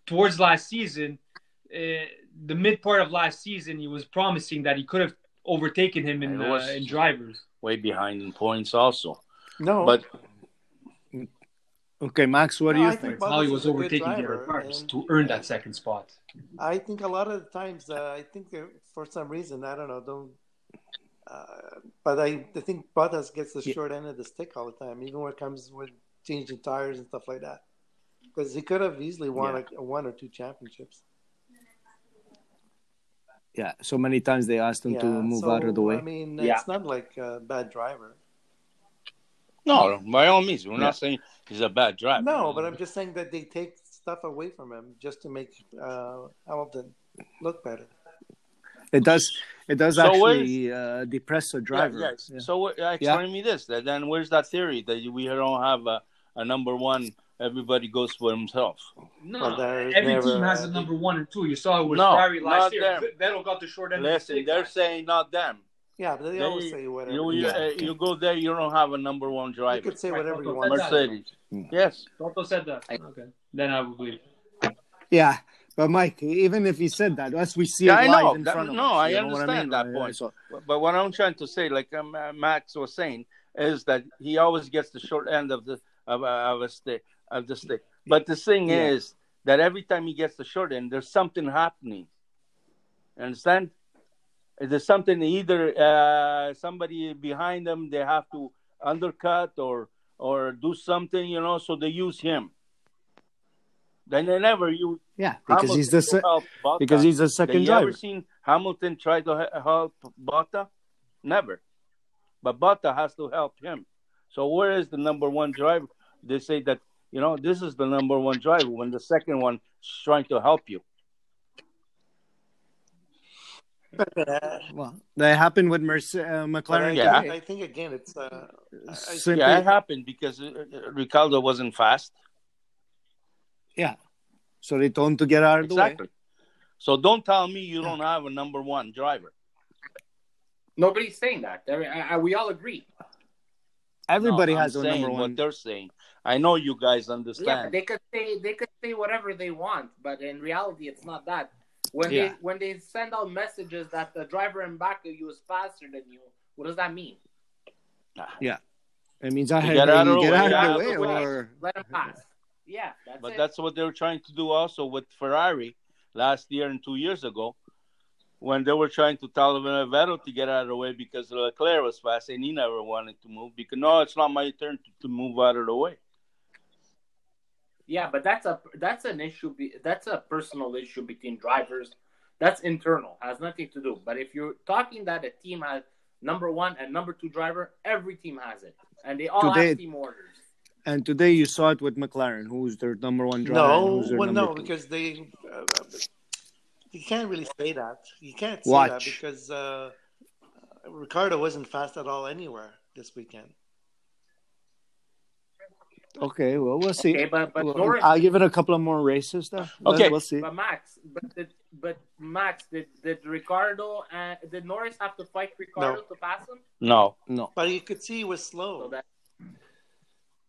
D: towards last season, uh, the mid part of last season, he was promising that he could have overtaken him in
B: It was-
D: uh, in drivers.
B: way behind in points also.
E: No,
B: But
A: Okay, Max, what do
E: No,
A: you
E: I
A: think?
E: think-
D: How he
E: Bottas
D: was
E: is a good
D: overtaking
E: driver,
D: Derek Marks
E: and-
D: to earn that second spot.
E: I think a lot of the times, uh, I think uh, for some reason, I don't know, don't. Uh, but I, I think Bottas gets the
A: Yeah.
E: short end of the stick all the time, even when it comes with changing tires and stuff like that. Because he could have easily won a, one or two championships.
A: Yeah, so many times they asked him to move out of the
E: so,
A: way.
E: I mean,
B: Yeah.
E: it's not like a bad driver.
B: no, by all means, we're
A: Yeah.
B: not saying he's a bad driver.
E: No, but I'm just saying that they take stuff away from him just to make uh, Hamilton look better.
A: It does. It does
B: So where
A: actually uh, depress a
B: Yeah,
A: driver.
B: yes.
A: Yeah.
B: So what- uh, explain me this. Then then where's that theory that you- we don't have a, a number one? Everybody goes for himself.
D: No,
E: Well, there's
D: every
E: never,
D: team has
E: uh,
D: a number one and two. You saw it with
B: No,
D: Ferrari
B: not
D: last year.
B: them.
D: Vettel got the short end. of the
B: Listen,
D: stick
B: they're
D: last
B: saying not them.
E: Yeah, but they
B: They-
E: always say whatever.
B: You you,
E: you,
B: uh, you go there, you don't have a number one
E: you
B: driver.
E: could say
D: Right,
E: whatever you
D: don't
E: want.
D: put that
B: Mercedes.
A: Mm.
B: Yes.
D: year. Toto said that. Okay, then I would believe. it.
A: Yeah, but Mike, even if he said that, as we see
B: Yeah,
A: it
B: I
A: live
B: know.
A: in
B: That-
A: front of
B: no,
A: us.
B: I
A: you know what
B: understand
A: mean?
B: that
A: I- I
B: point.
A: saw-
B: But what I'm trying to say, like um, uh, Max was saying, is that he always gets the short end of the of, uh, of a stick of the stick. But the thing
A: Yeah.
B: is that every time he gets the short end, there's something happening. Understand? There's something either uh, somebody behind them they have to undercut or or do something, you know. So they use him. Then they never use
A: yeah, because he's the
B: Hamilton
A: se-
B: to help Bottas.
A: because he's the
B: Have
A: second
B: you
A: driver.
B: ever seen Hamilton try to he- help Bata? Never. But Bata has to help him. So where is the number one driver? They say that you know this is the number one driver when the second one is trying to help you.
A: Well, that happened with Merce- uh,
E: But I,
A: McLaren.
B: Yeah.
E: uh, think, I think again, it's uh, I- I-
A: Simply,
B: Yeah, it
A: yeah,
B: happened because uh, uh, Ricardo wasn't fast.
A: so they told him to get out of the way.
B: Exactly. So don't tell me you don't have a number one driver.
C: Nobody's saying that. I mean, I- I- we all agree.
A: Everybody
B: No,
A: has
B: I'm
A: a
B: saying
A: number
B: what
A: one.
B: they're saying. I know you guys
C: Yeah, but
B: understand.
C: they could say they could say whatever they want, but in reality, it's not that. When
A: Yeah.
C: they when they send out messages that the driver in back of you is faster than you, what does that mean?
A: It means I
B: You
A: had
B: get out
A: to
B: of the
A: get
B: way,
A: out
B: out
A: of
B: of
A: the way,
B: the way.
A: or
C: Let him pass. Yeah, that's
B: But
C: it.
B: that's what they were trying to do also with Ferrari last year and two years ago when they were trying to tell Vettel to get out of the way because Leclerc was fast and he never wanted to move because, no, it's not my turn to, to move out of the way.
C: Yeah, but that's a that's an issue. Be, that's a personal issue between drivers. That's internal. Has nothing to do. But if you're talking that a team has number one and number two driver, every team has it, and they all
A: Today-
C: have team orders.
A: and today you saw it with McLaren, who's their number one driver. and
E: no,
A: who's their
E: well,
A: number
E: no,
A: two.
E: because they uh, you can't really say that. You can't say that
A: Watch.
E: because uh, Ricardo wasn't fast at all anywhere this weekend.
A: Okay, well we'll see.
C: Okay, but but
A: Well,
C: Norris
A: I'll give it a couple of more races though.
B: Okay.
A: we'll see.
C: But Max, but did, but Max, did did Ricardo and did Norris have to fight Ricardo
E: No.
C: to pass him?
B: No.
A: No,
E: But you could see he was
C: So
E: slow.
C: that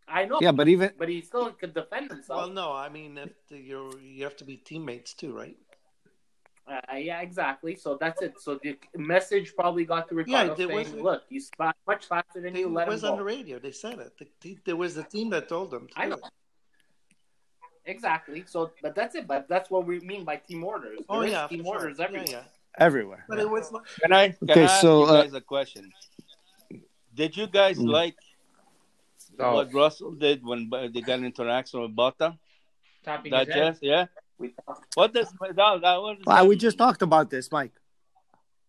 C: I know,
A: yeah, but even
C: but he still could defend himself.
E: Well, no, I mean, if the, you're, you have to be teammates too, right?
C: Uh, yeah, exactly. So that's it. So the message probably got to Ricardo
E: Yeah, there
C: saying,
E: was-
C: "Look, you spot much faster than
E: It
C: you. Let him
E: was on
C: go."
E: the radio. They said it. The, the- there was a team that told them. To
C: I
E: do
C: know.
E: it.
C: Exactly. So, but that's it. But that's what we mean by team orders.
E: Oh
C: There is
E: yeah,
C: team
E: for sure.
C: orders
E: Yeah,
C: everywhere.
E: yeah.
A: everywhere.
E: But it was. Not,
B: Can I, can
A: Okay,
B: I ask
A: so,
B: you
A: uh,
B: guys a question? Did you guys
A: Mm.
B: like
F: Oh.
B: what Russell did when uh, they got into an accident with Bota?
D: Tapping his head.
B: Digest, yeah.
C: We talked
B: What does that, that what does
A: Well,
B: that
A: we
B: mean?
A: just talked about this, Mike.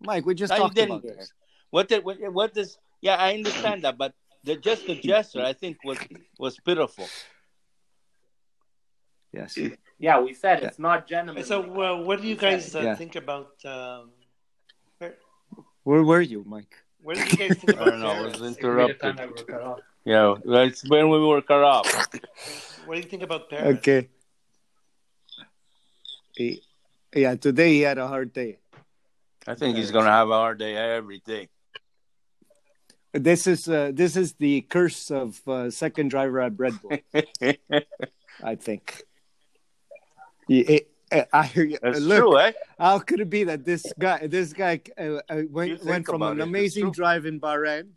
A: Mike, we just
B: No, you
A: talked
B: didn't.
A: about this.
B: What did what, what does? Yeah, I understand that, but the just the gesture I think was was pitiful.
A: Yes.
C: yeah, we said
A: Yeah.
C: it's not gentlemen.
E: so, well, what do you guys uh,
A: Yeah.
E: think about? Um,
A: Where were you, Mike?
E: what do you guys think about?
B: I don't know. I
E: Perez?
B: was
D: Take me the time
B: interrupted.
D: I work it off.
B: Yeah, that's when we were cut off.
E: What do you think about Paris?
A: Okay. He- yeah, today he had a hard day.
B: I think he's gonna have a hard day every day.
A: This is uh, this is the curse of uh, second driver at Red Bull, I think. He- he- I- I hear you.
B: That's
A: Look,
B: true, eh?
A: How could it be that this guy, this guy uh, uh,
B: You
A: went,
B: think
A: went from
B: about
A: an
B: it, it's
A: amazing
B: true.
A: drive in Bahrain?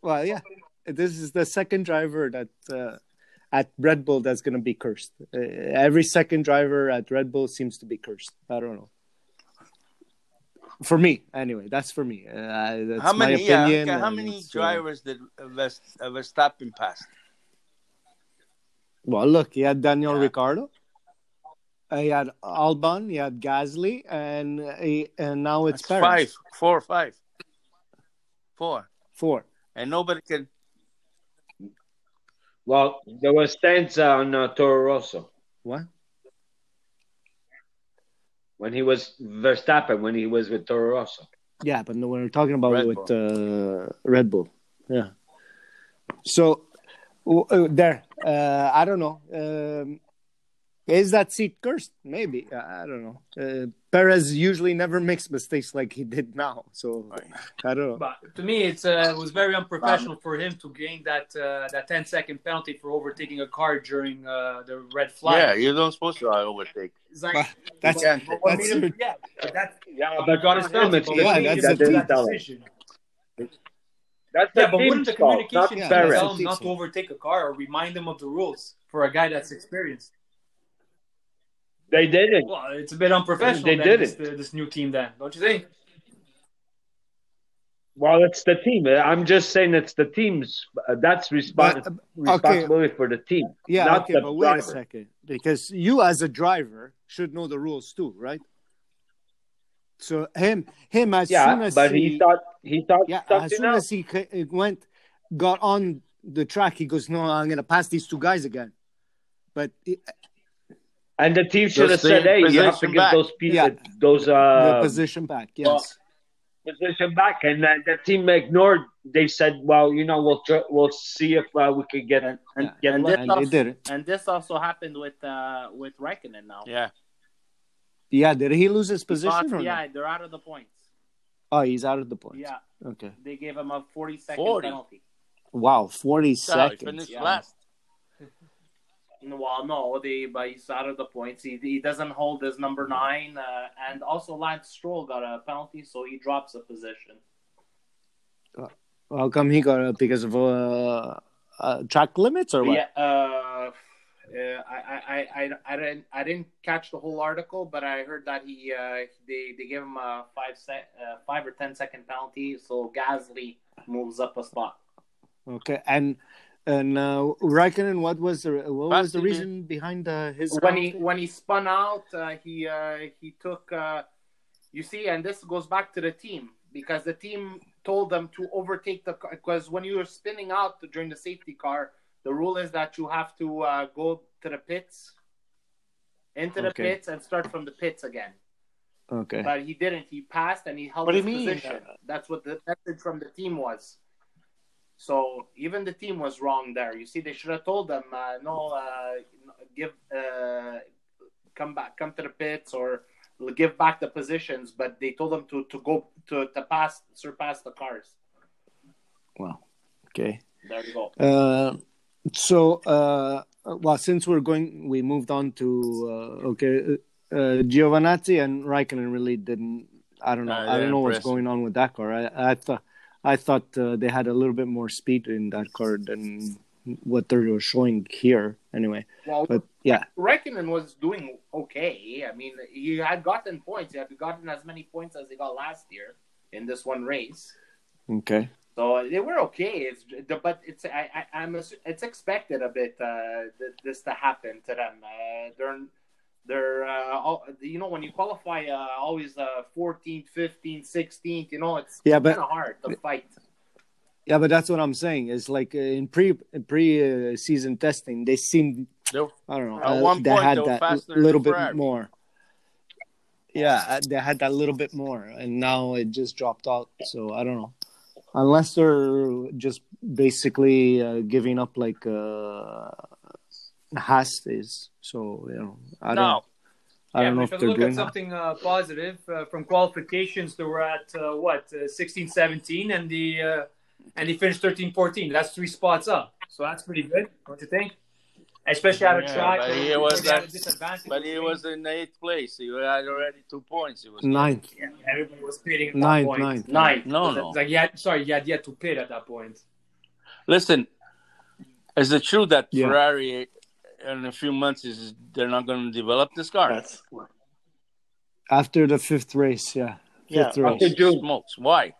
A: Well, yeah, this is the second driver that uh, at Red Bull that's going to be cursed. Uh, every second driver at Red Bull seems to be cursed. I don't know. For me, anyway, that's for me. Uh, that's
B: how many?
A: My opinion,
B: yeah, okay, how
A: and
B: many
A: it's, uh,
B: drivers did Verst- uh, Verstappen pass?
A: well, look, he had Daniel
B: Yeah.
A: Ricciardo. He had Albon, he had Gasly, and uh, he, and now it's
B: That's
A: Perez.
B: five, four, five, four,
A: Four.
B: and nobody can.
F: Well, there was Stanza on uh, Toro Rosso
A: What?
F: when he was Verstappen when he was with Toro Rosso.
A: Yeah, but no, when we're talking about
B: Red
A: with Uh, Red Bull, yeah. So w- uh, there, uh, I don't know. Um, is that seat cursed? Maybe I I don't know. Uh, Perez usually never makes mistakes like he did now, so
B: Right.
A: I don't know.
D: But to me, it's uh, it was very unprofessional for him to gain that uh, that 10 second penalty for overtaking a car during uh, the red flag.
B: Yeah, you don't supposed to overtake.
D: It's like,
A: But That's
B: You can't.
D: what
A: that's
D: made him-
A: your-
D: yeah, but that's
F: Yeah,
D: but God is
F: him.
D: penalty.
F: It's
D: But
F: the
D: what
A: Yeah,
D: made
F: team
A: that's
D: him
A: a
F: that
D: do
A: team
F: didn't
D: that
F: tell him.
D: decision?
F: That's
D: Yeah,
F: the
D: but wouldn't
F: team's
D: the
F: fault, not
D: communication
A: Yeah,
D: team
A: that's
F: Perez.
D: tell
A: a
D: him
A: team's
D: not to
A: fault.
D: overtake a car or remind him of the rules for a guy that's experienced?
F: They didn't.
D: Well, it's a bit unprofessional.
F: They
D: then,
F: did
D: this, uh,
F: it.
D: this new team, then, don't you think?
F: Well, it's the team. I'm just saying it's the team's. Uh, that's respons-
A: But,
F: responsibility for the team.
A: yeah,
F: not
A: okay,
F: the
A: but wait a
F: driver.
A: second, because you as a driver should know the rules too, right? So him, him as soon
F: Yeah,
A: as
F: but
A: he,
F: he thought he thought
A: Yeah, as
F: something
A: soon
F: else.
A: as he ca- went, got on the track, he goes, "No, I'm gonna pass these two guys again." But it-
F: And the team should have
B: Just
F: said,
B: stay in
F: "Hey, you have to
B: position
F: give
B: back."
F: those people
A: Yeah.
F: those
A: the
C: Um,
F: uh,
A: position back, yes,
F: position back." And uh, the team ignored. They said, "Well, you know, we'll tr- we'll see if uh, we could get."
C: and,
A: Yeah.
C: and,
F: Yeah,
C: and
F: look,
C: this
A: and
C: also,
A: they did it.
C: and this also happened with uh with Raikkonen now.
B: Yeah,
A: Yeah, did he lose his
C: He's out-
A: position or
C: yeah,
A: not?
C: they're out of the points.
A: Oh, he's out of the point.
C: Yeah,
A: Okay.
C: they gave him a 40 second
B: 40.
C: penalty.
A: Wow, forty
B: so he
A: seconds.
B: finished
C: yeah.
B: last.
C: Well, no, they but he's out of the points. He, he doesn't hold his number nine, uh, and also Lance Stroll got a penalty, so he drops a position.
A: How come he got it because of uh, uh, track limits or what?
C: Yeah, uh, uh, I, I, I, I didn't, I didn't catch the whole article, but I heard that he, uh, they, they gave him a five sec, uh, five or ten second penalty, so Gasly moves up a spot.
A: Okay, and and uh, Raikkonen, what was the what was the
B: Passing it.
A: reason behind uh, his
C: When he,
A: penalty?
C: when he spun out, uh, he, uh, he took, uh, you see, and this goes back to the team because the team told them to overtake the car because when you're spinning out during the safety car, the rule is that you have to uh, go to the pits, into the
A: Okay.
C: pits, and start from the pits again.
A: Okay,
C: But he didn't. He passed and he held
E: What do
C: his
E: you mean?
C: position. That's what the message from the team was. So even the team was wrong there. You see, they should have told them, uh, no, uh, give, uh, come back, come to the pits, or give back the positions. But they told them to, to go to, to pass, surpass the cars.
A: wow, okay.
C: There you go.
A: Uh, so uh well since we're going we moved on to uh, okay uh, Giovanazzi and Raikkonen really didn't. I don't know.
B: Uh,
A: I
B: they're
A: don't know what's
B: impressive.
A: going on with that car. I, I thought I thought uh, they had a little bit more speed in that car than what they're showing here. Anyway,
C: Well,
A: but yeah,
C: Reckoning was doing okay. I mean, he had gotten points. He had gotten as many points as he got last year in this one race.
A: okay,
C: So they were okay. It's the- but it's I, I I'm ass- it's expected a bit uh, th- this to happen to them. Uh, they're they're uh, all, you know when you qualify uh, always uh, 14th, 15th, 16th. You know it's
A: yeah, but
C: kind of hard to fight.
A: yeah, but that's what I'm saying. It's like uh, in pre pre uh, season testing, they seemed
B: Nope.
A: I don't know.
B: At
A: uh,
B: one
A: they
B: point,
A: had
B: they were
A: that
B: faster
A: l- little
B: than
A: bit
B: Ferrari.
A: more. Yeah, uh, they had that little bit more, and now it just dropped out. So I don't know, unless they're just basically uh, giving up like uh, Haas is. So you know, I don't.
B: No.
A: I don't
D: but
A: know
D: if
A: if
D: I
A: they're
D: look at
A: doing that.
D: something uh, positive uh, from qualifications, they were at uh, what uh, 16, 17, and the uh, and they finished 13, 14. That's three spots up, so that's pretty good. Don't you think? Especially at a
B: Yeah,
D: track,
B: but
D: where
B: it was
D: they had a
B: that-
D: disadvantage.
B: But he was in eighth place. He had already two points. He was
A: Ninth,
D: Yeah, everybody was pitting at that
A: ninth,
D: point.
A: ninth.
C: Nine.
B: No,
D: It's
B: no.
D: Like yeah, sorry, you had yet to pit at that point.
B: Listen, is it true that
A: Yeah.
B: Ferrari in a few months is they're not going to develop this car?
E: That's
A: After the fifth race, yeah,
E: yeah.
A: fifth race.
F: After June.
B: Smokes. Why?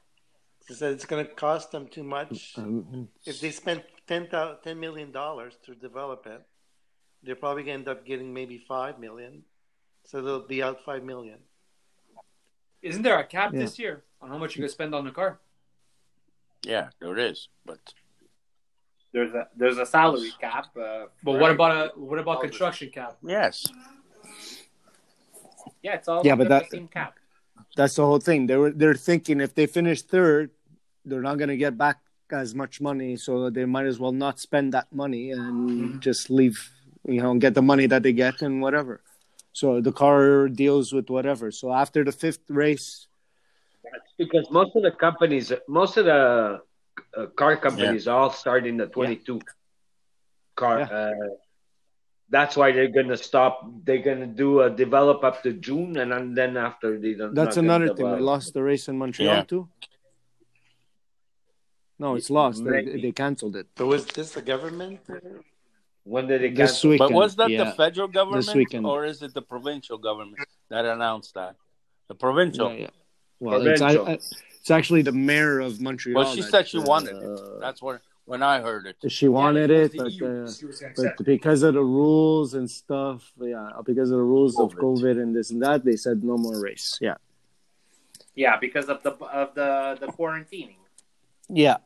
E: She said it's going to cost them too much.
A: Um,
E: If they spend ten thou- $10 million dollars to develop it, they're probably going to end up getting maybe five million. So they'll be out five million.
D: Isn't there a cap
A: Yeah.
D: this year on how much you can spend on the car?
B: Yeah, there is. But
C: There's a there's a salary cap. Uh,
D: But what
C: Ferrari.
D: about a what about construction cap?
B: yes,
C: yeah? It's all
A: Yeah,
C: under
A: but that-
C: the same cap.
A: that's the whole thing. They were they're thinking if they finish third, they're not gonna get back as much money, so they might as well not spend that money and just leave, you know, and get the money that they get and whatever. So the car deals with whatever. So after the fifth race,
F: because most of the companies, most of the uh, car companies, all start in the 22 car.
A: Yeah.
F: Uh, that's why they're gonna stop. They're gonna do a develop up to June, and then- then after they don't.
A: that's
F: not gonna
A: another thing. We
F: develop.
A: lost the race in Montreal
B: Yeah.
A: too. No, it's lost. They,
F: Maybe.
A: they canceled it
E: But was this the government?
F: When did they
A: this
F: cancel?
A: weekend.
B: but was that
A: yeah.
B: the federal government
A: weekend.
B: or is it the provincial government that announced that? The provincial.
A: Yeah, yeah. Well, it's, I,
F: Provincial.
A: I, it's actually the mayor of Montreal.
B: Well, she
A: that,
B: said she
A: uh,
B: wanted it. That's what when I heard it.
A: she wanted
D: Yeah,
A: it,
D: was the E
A: but,
D: EU.
A: uh,
D: She was gonna accept
A: but because of the rules and stuff, yeah, because of the rules of
B: COVID.
A: COVID and this and that, they said no more race. Yeah,
C: Yeah, because of the of the the quarantining.
A: yeah.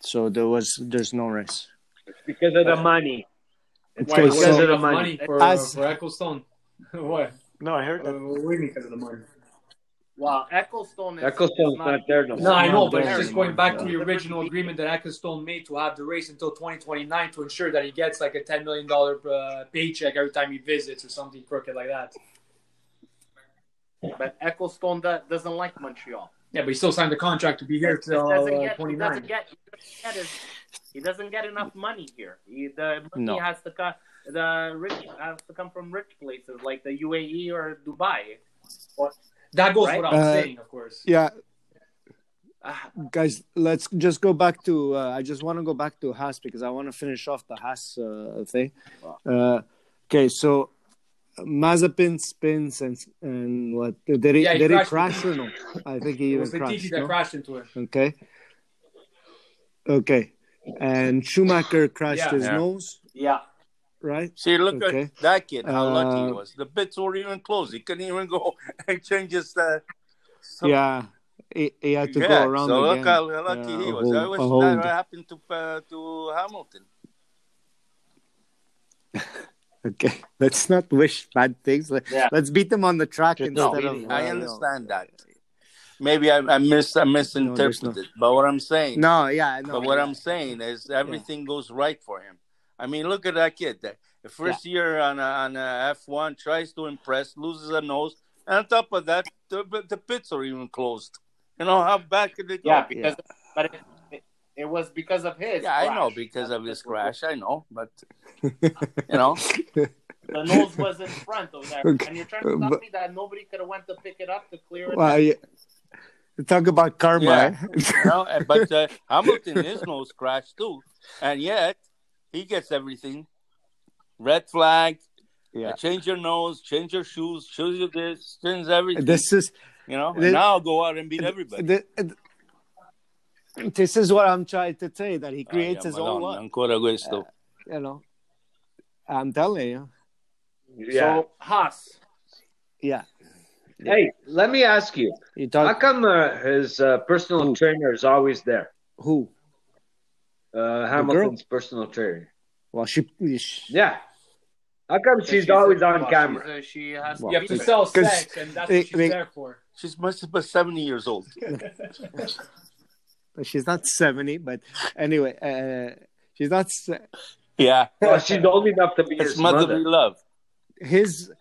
A: So there was, there's no race.
F: because of the money.
A: It's
D: Why?
A: like,
D: Because
A: so,
F: of the
D: of money,
F: money.
D: for,
A: As-
D: for Ecclestone. what?
E: No, I heard
D: Uh,
E: that.
D: what do you mean because of the money?
C: Well, Ecclestone is,
F: Ecclestone's
C: is
F: not there no
D: No, I know, but
A: Not
D: it's just
A: there
D: going back to
A: anymore,
D: the
C: yeah.
D: original agreement that Ecclestone made to have the race until 2029 to ensure that he gets like a $10 million uh, paycheck every time he visits or something crooked like that.
C: But Ecclestone do- doesn't like Montreal.
D: Yeah, but he still signed the contract to be here
C: He
D: till
C: doesn't
D: uh,
C: get- he doesn't
D: 29.
C: get. He doesn't get, his, he doesn't get enough money here. He, the money
A: No.
C: has to come. The rich has to come from rich places like the UAE or Dubai.
D: That goes
C: Right?
D: without
A: Uh,
D: saying, of course.
A: yeah,
C: Ah,
A: guys, let's just go back to. Uh, I just want to go back to Haas because I want to finish off the Haas uh, thing. Uh, okay, so Mazepin spins and and what did he,
D: Yeah, he
A: did he crash
D: crashed.
A: or no? I think he
D: It
A: even
D: was the
A: crashed.
D: TG that
A: no?
D: crashed into him.
A: Okay. Okay. And Schumacher crashed
D: Yeah.
A: his
B: Yeah.
A: nose,
C: yeah,
A: right?
B: See, look
A: Okay.
B: at that kid. How lucky he
A: Uh,
B: was. The bits were even closed. He couldn't even go and change his. Uh, some-
A: yeah. He, he had to
B: yeah,
A: go around
B: so
A: again.
B: look how lucky
A: Yeah,
B: he
A: a
B: was. I
A: hold-
B: wish
A: a hold.
B: that happened to uh, to Hamilton.
A: Okay. Let's not wish bad things. Let,
C: Yeah.
A: Let's beat them on the track
E: Just
A: instead
E: no.
A: of. uh,
B: I
A: you know.
B: understand that. Maybe I, I mis I misinterpreted, but what I'm saying,
A: No, yeah, no.
B: but what
A: yeah.
B: I'm saying is everything goes right for him. I mean, look at that kid. That the first year on a, on a F1 tries to impress, loses a nose, and on top of that, the, the pits are even closed. You know how bad could it go?
C: yeah, because but it, it, it was because of his.
B: Yeah, I know
C: crash.
B: because
C: That's
B: of his
C: what it was.
B: crash. I know, but you know,
C: The nose was in front of there,
A: Okay,
C: and you're trying to tell
A: but-
C: me that nobody could have went to pick it up to clear it.
A: Well,
C: out?
A: yeah. Talk about karma.
B: Yeah.
A: eh?
B: No, uh, but uh, Hamilton, his nose crashed too, and yet he gets everything. Red flag. uh,
A: Yeah.
B: Change your nose. Change your shoes. Show you this. Change everything.
A: This is
B: you know.
A: this-
B: and now go out and beat everybody.
A: th- th- this is what I'm trying to say that he
B: Ah,
A: creates his
B: Madonna,
A: own luck.
B: ancora questo.
A: You know, I'm telling you.
F: Yeah.
C: So Haas,
A: Yeah,
F: hey, let me ask you.
A: you
F: How
A: talk
F: come uh, his uh, personal trainer is always there?
A: who?
F: Uh, Hamilton's personal trainer.
A: Well, she. she
F: Yeah. How come she's,
C: She's a-
F: always on
C: well,
F: camera?
C: she's a- she has
A: Well,
D: You have to
C: features.
D: sell
A: 'Cause
D: sex, and that's
A: they-
D: what she's
A: they-
D: there for.
B: She's must be seventy years old.
A: she's not seventy, but anyway, uh, she's not. se-
B: Yeah,
F: Well, she's old enough to be
B: it's
F: his
B: motherly
F: mother.
B: love.
A: His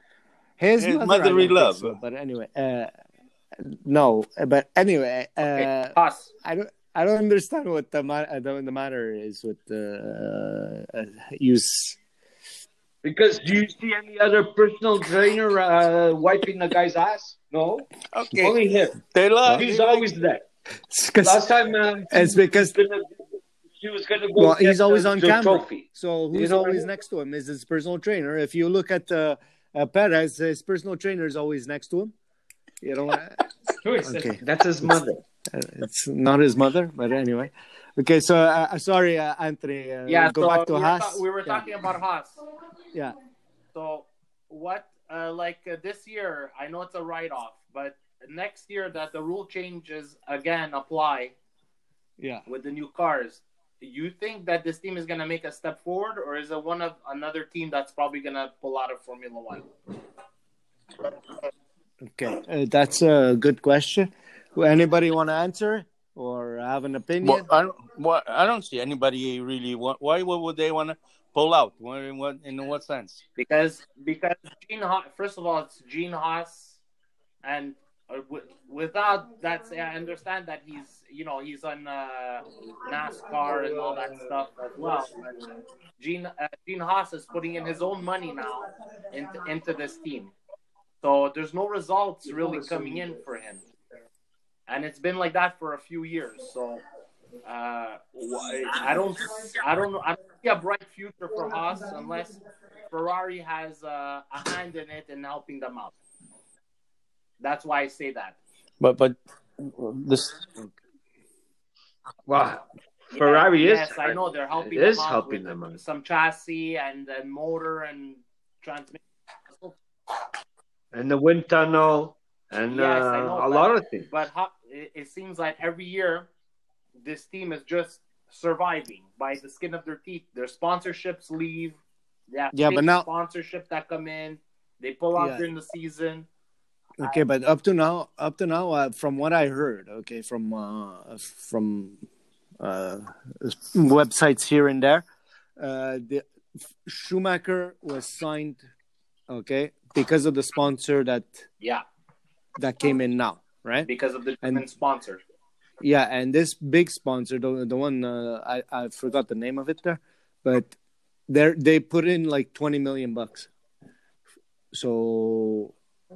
A: his,
B: His
A: mother, I
B: motherly
A: don't think
B: love.
A: so, but anyway, uh, no. But anyway, uh,
C: Okay, Haas.
A: I don't. I don't understand what the ma- uh, the, the matter is with the uh, uh, use.
F: Because do you see any other personal trainer uh, wiping the guy's ass? No,
B: Okay,
F: only him.
B: they love.
F: He's always there.
A: Uh, It's 'cause-
F: Last time uh,
A: it's because
F: she was gonna- she was gonna go.
A: well,
F: get
A: he's always
F: the-
A: on
F: the
A: camera.
F: Trophy.
A: So
F: You
A: who's
F: know-
A: always next to him is his personal trainer. If you look at uh, uh, Perez, his personal trainer is always next to him. You know, uh,
D: Choice.
A: okay,
F: That's his mother.
A: uh, it's not his mother, but anyway. Okay, so uh, uh, sorry, uh, Anthony. Uh,
C: Yeah,
A: go
C: so
A: back to
C: we,
A: Haas.
C: Were ta- we were talking about Haas.
A: Yeah,
C: So what, uh, like uh, this year, I know it's a write-off, but next year that the rule changes again apply
A: yeah.
C: with the new cars. You think that this team is going to make a step forward, or is it one of another team that's probably going to pull out of Formula One?
A: Okay, uh, that's a good question. Anybody want to answer or have an
B: Well,
A: opinion?
B: I don't. Well, I don't see anybody really. Want, why would would they want to pull out? What, in what in what sense?
C: Because because Gene Haas, first of all, it's Gene Haas, and uh, w- without that, I understand that he's you know he's on uh, NASCAR and all that stuff as well. But Gene uh, Gene Haas is putting in his own money now into into this team, so there's no results really coming in for him, and it's been like that for a few years. So. Uh, wh- I don't, I don't, I don't see a bright future for Haas unless Ferrari has uh, a hand in it and helping them out. That's why I say that.
B: But but this
F: Wow, Ferrari is.
C: yes, I know they're helping.
F: It is
C: them out
F: helping
C: with
F: them out.
C: Some chassis and, and motor and transmission.
F: and the wind tunnel, and
C: Yes,
F: uh,
C: I know,
F: a
C: but-
F: lot of things.
C: But how, it, it seems like every year, this team is just surviving by the skin of their teeth. Their sponsorships leave. They have
A: Yeah, but
C: fake
A: now-
C: sponsorship that come in. They pull out
A: Yeah.
C: during the season.
A: Okay, but up to now, up to now, uh, from what I heard, okay, from uh, from uh, websites here and there, uh, the Schumacher was signed, okay, because of the sponsor that
C: Yeah,
A: that came in now, right?
C: because of the
A: And-
C: German sponsor.
A: Yeah, and this big sponsor, the the one uh, I I forgot the name of it there, but they they put in like twenty million bucks. So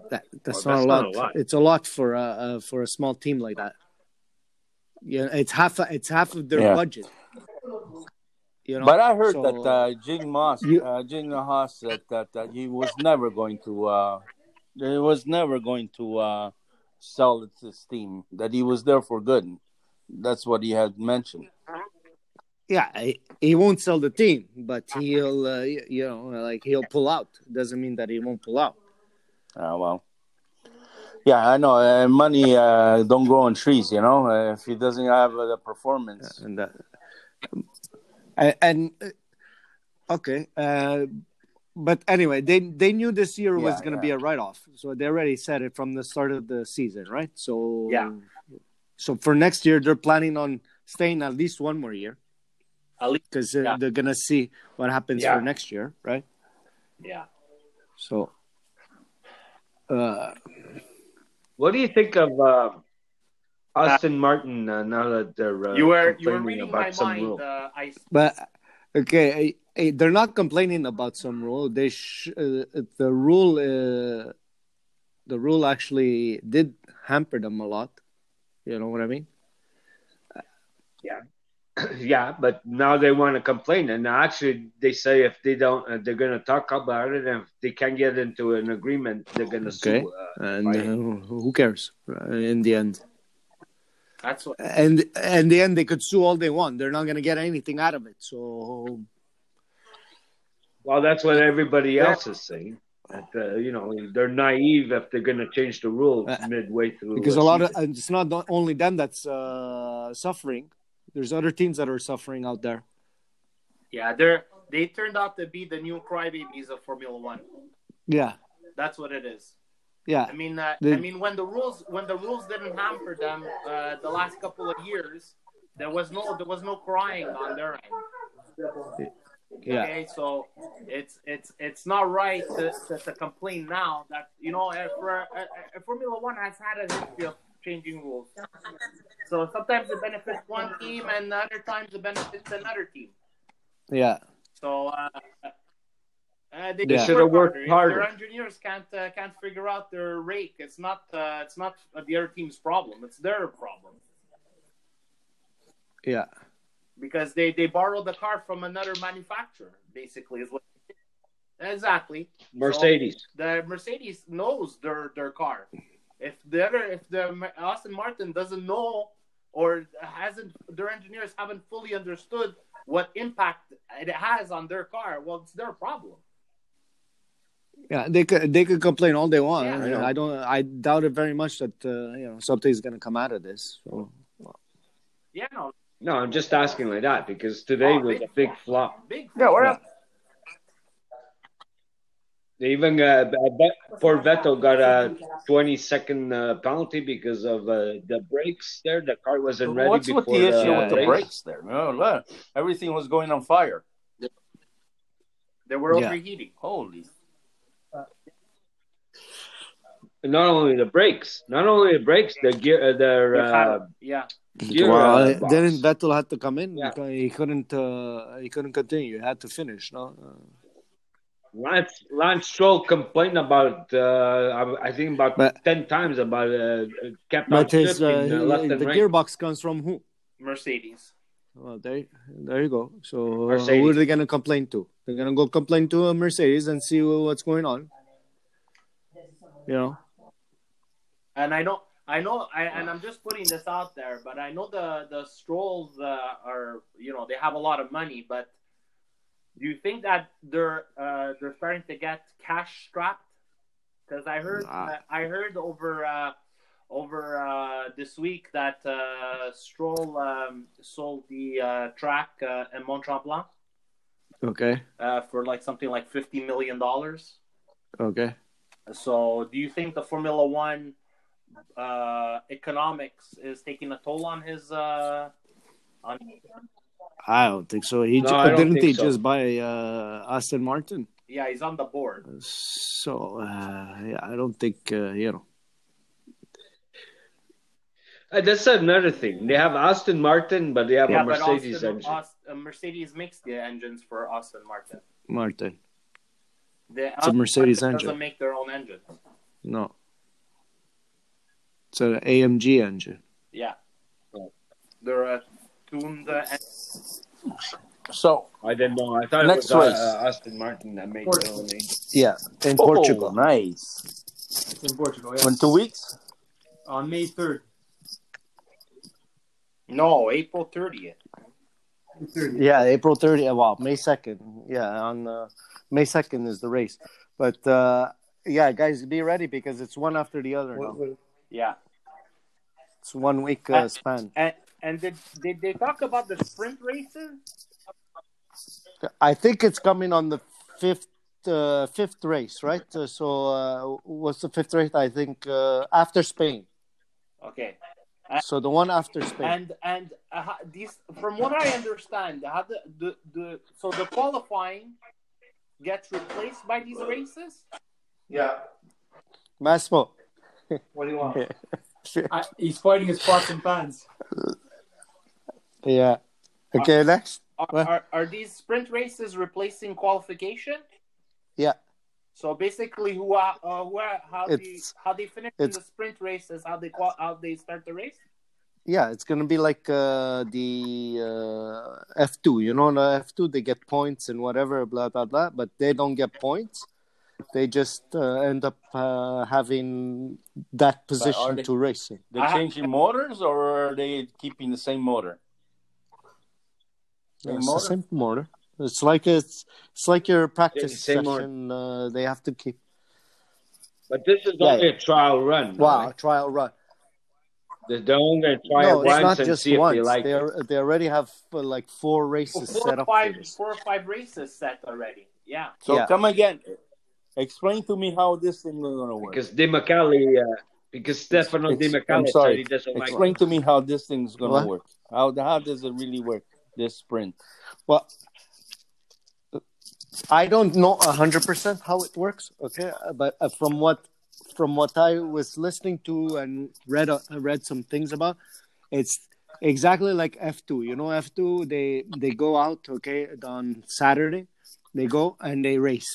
A: that that's,
F: Well,
A: not, a lot.
F: that's not a lot.
A: It's a lot for a uh, for a small team like that. Yeah, it's half it's half of their
B: Yeah.
A: budget. You know,
B: But I heard
A: So,
B: that uh, Jing Moss,
A: you-
B: uh, Jing Haas, that, that that he was never going to, uh, he was never going to uh, sell it to his team. That he was there for good. That's what he had mentioned.
A: yeah, he, he won't sell the team, but he'll uh, y- you know like he'll pull out. Doesn't mean that he won't pull out.
B: Oh well. Yeah, I know. Uh, money uh, don't grow on trees, you know. Uh, if he doesn't have uh, the performance,
A: and uh, and, and uh, okay uh, but anyway they they knew this year was
B: Yeah,
A: going to
B: yeah.
A: be a write-off so they already said it from the start of the season right so
C: Yeah.
A: so for next year they're planning on staying at least one more year
C: At least,
A: because uh,
C: Yeah.
A: they're going to see what happens
F: Yeah.
A: for next year right
C: yeah.
A: so uh,
F: What do you think of uh, Austin Martin uh, now that they're uh,
C: you were you were
F: complaining
C: reading
F: about
C: my
F: some
C: mind.
F: rule?
C: Uh, I
A: but Okay, I- I- they're not complaining about some rule. They sh- uh, the rule uh, the rule actually did hamper them a lot. You know what I mean?
F: yeah, but now they want to complain, and actually they say if they don't, uh, they're going to talk about it, and if they can't get into an agreement, they're going to
A: Okay.
F: sue. Uh,
A: And
F: Right.
A: uh, who cares uh, in the end?
C: That's what.
A: And in the end, they could sue all they want. They're not going to get anything out of it. So
F: well, that's what everybody else is saying. That, uh, you know, they're naive if they're going to change the rules
A: Uh,
F: midway through.
A: because a lot of
F: season.
A: and it's not the- only them that's uh, suffering. There's other teams that are suffering out there.
C: Yeah, they're they turned out to be the new crybabies of Formula One.
A: Yeah,
C: That's what it is.
A: yeah,
C: I mean, uh,
A: The-
C: I mean, when the rules when the rules didn't hamper them uh, the last couple of years, there was no there was no crying on their end.
A: yeah.
C: Okay, so it's it's it's not right to, to, to complain now that you know if, we're- uh, uh, Formula One has had a history of changing rules. So sometimes it benefits one team, and other times it benefits another team.
A: yeah.
C: So uh, uh,
A: They
C: should
F: should've worked harder.
C: If their engineers can't uh, can't figure out their rake. It's not uh, it's not the other team's problem. It's their problem
A: Yeah.
C: because they they borrowed the car from another manufacturer. Basically, is what. Exactly.
F: Mercedes.
C: The Mercedes knows their their car. If the other if the Austin Martin doesn't know or hasn't their engineers haven't fully understood what impact it has on their car, well, it's their problem.
A: Yeah, they could they could complain all they want.
C: Yeah,
F: I know.
A: I don't. I doubt it very much that uh, you know something's going to come out of this. So,
C: Yeah, no,
F: No, I'm just asking like that because today
C: Oh,
F: was
C: big
F: a big flop.
C: big.
A: yeah.
F: They even uh, Bet- poor Vettel got a 20 second uh, penalty because of uh, the brakes there. The car wasn't ready
B: What's
F: before
B: with the issue
A: uh,
B: with the
A: race.
B: brakes there? No, look, everything was going on fire.
C: They were
A: Yeah.
C: overheating.
B: Holy.
F: Not only the brakes, not only the brakes, the gear, uh, their uh,
C: Yeah,
F: gear.
A: well,
F: uh,
A: uh,
F: box.
A: then Vettel had to come in.
F: Yeah.
A: because He couldn't. Uh, he couldn't continue. He had to finish. No.
F: Lance, Lance Stroll complained about, uh, I I think about
A: But-
F: 10 times about uh, kept on
A: But his uh,
F: shifting uh, left
A: the
F: and right.
A: gearbox comes from who?
C: Mercedes.
A: Well, there, there you go. So uh,
F: Mercedes.
A: who are they going to complain to? They're going to go complain to uh, Mercedes and see what's going on. You know.
C: And I know, I know, I, and I'm just putting this out there, but I know the the strolls uh, are, you know, they have a lot of money, but do you think that they're uh, they're starting to get cash strapped? Because I heard,
A: Nah.
C: I heard over uh, over uh, this week that uh, Stroll um, sold the uh, track uh, in Mont Tremblant
A: Okay.
C: uh, for like something like fifty million dollars.
A: Okay.
C: So, do you think the Formula One uh, economics is taking a toll on his? Uh, on
A: I don't think so. He
F: No,
A: ju-
F: I don't
A: didn't
F: think
A: he
F: so.
A: just buy uh, Aston Martin.
C: yeah, he's on the board.
A: So uh, yeah, I don't think uh, you know.
F: Uh, that's another thing. They have Aston Martin, but they have
C: yeah,
F: a Mercedes
C: but Austin,
F: engine.
C: Aus- uh, Mercedes makes the engines for Austin Martin.
A: Martin.
C: The
A: It's a Mercedes
C: Martin
A: engine.
C: Doesn't make their own engines.
A: No. It's an AMG engine.
C: Yeah, they're a tuned. Uh, en-
B: So,
F: I didn't know. I thought
B: Next
F: it was
B: race.
F: uh, Aston Martin that made their own engine.
A: Yeah, in
B: Oh,
A: Portugal.
B: nice.
D: It's in Portugal. Yeah.
B: In two weeks?
D: On May third.
C: no, April thirtieth.
A: Yeah, April 30th. Well, May 2nd. Yeah, on uh, May 2nd is the race. But uh, yeah, guys, be ready because it's one after the other now.
C: Yeah,
A: It's one week uh, span.
C: and and did did they talk about the sprint races?
A: I think it's coming on the fifth uh, fifth race, right? Uh, so uh, what's the fifth race? I think uh, after Spain.
C: Okay.
B: Uh,
A: So the one after Spain.
C: And and uh, ho- these, from what I understand, how the, the the so the qualifying gets replaced by these races.
E: Yeah.
A: Masmo.
E: What do you want?
D: I, he's fighting his pots and pans.
A: Yeah. Uh, Okay, next.
C: Are,
A: Well-
C: are, are these sprint races replacing qualification?
A: Yeah.
C: So basically, who are uh, who are how they
A: It's-
C: how they finish in
A: it's-
C: the sprint race is how they qual- how they start the race.
A: yeah, it's gonna be like uh, the uh, F two. You know, in the F two they get points and whatever, blah blah blah. But they don't get points. They just uh, end up uh, having that position
B: they-
A: to racing.
B: They're
C: I-
B: changing motors, or are they keeping the same motor? Same
A: it's
B: motor?
A: the same motor. It's like it's it's like your practice
F: same motor.
A: session. Uh, they have to keep
F: But this is
A: Yeah,
F: only a trial run. though,
A: wow
F: right?
A: trial run.
F: They're only going to try
A: no,
F: it
A: it's not
F: once and
A: just
F: see if
A: once.
F: they like
A: they
F: it.
A: are, they already have uh, like four
C: Four
A: races set
C: or
A: up.
C: five
A: for this.
C: four or five races set already. Yeah.
B: So
A: Yeah.
B: come again. Explain to me how this thing is going to work.
F: Because Di Macali, uh, because Stefano Di
B: Ex-
F: Macali
B: I'm
F: said
B: sorry.
F: he doesn't like
B: Explain to me how this thing is going
A: What?
B: to work. How how does it really work? This sprint.
A: Well, I don't know hundred percent how it works. Okay, but uh, from what from what I was listening to and read uh, read some things about, it's exactly like F two. You know, F two they they go out okay on Saturday, they go and they race.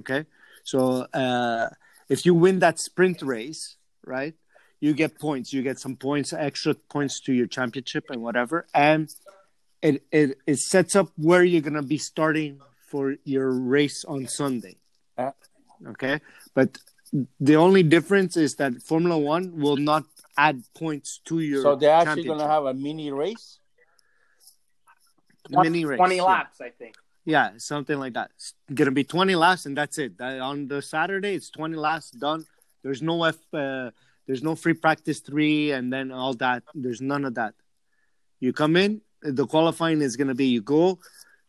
A: Okay, so uh, if you win that sprint race, right, you get points. You get some points, extra points to your championship and whatever, and it it, it sets up where you're gonna be starting for your race on Sunday.
B: Uh.
A: Okay, but the only difference is that Formula One will not add points to your
B: So they're actually going to
A: championship.
B: have a mini race.
A: mini race,
C: Twenty
A: yeah.
C: laps, I think.
A: Yeah, something like that. It's gonna be twenty laps, and that's it. That- on the Saturday, it's twenty laps done. There's no F. Uh, there's no free practice three, and then all that. There's none of that. You come in. The qualifying is gonna be you go,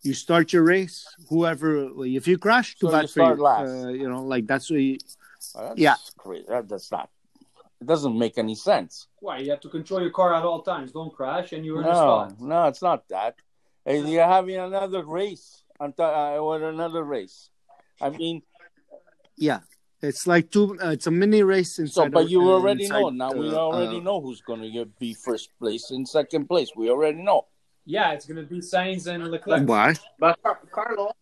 A: you start your race. Whoever, if you crash, too
B: So
A: bad
B: you
A: for you.
B: start last.
A: Uh, you know, like that's what you,
B: Oh, that's
A: Yeah.
B: cra- That, that's not. It doesn't make any sense.
D: Why? You have to control your car at all times. Don't crash, and you're in a
B: No,
D: spot.
B: no, it's not that. Uh, You're having another race on t- uh, or another race. I mean,
A: yeah. It's like two. Uh, it's a mini race inside.
B: so but
A: a-
B: you
A: uh,
B: already
A: inside,
B: know. Now we
A: uh,
B: already
A: uh,
B: know who's going to get be first place and second place. We already know.
D: Yeah, it's gonna be Sainz and Leclerc.
A: Why?
C: But Car- Carlo,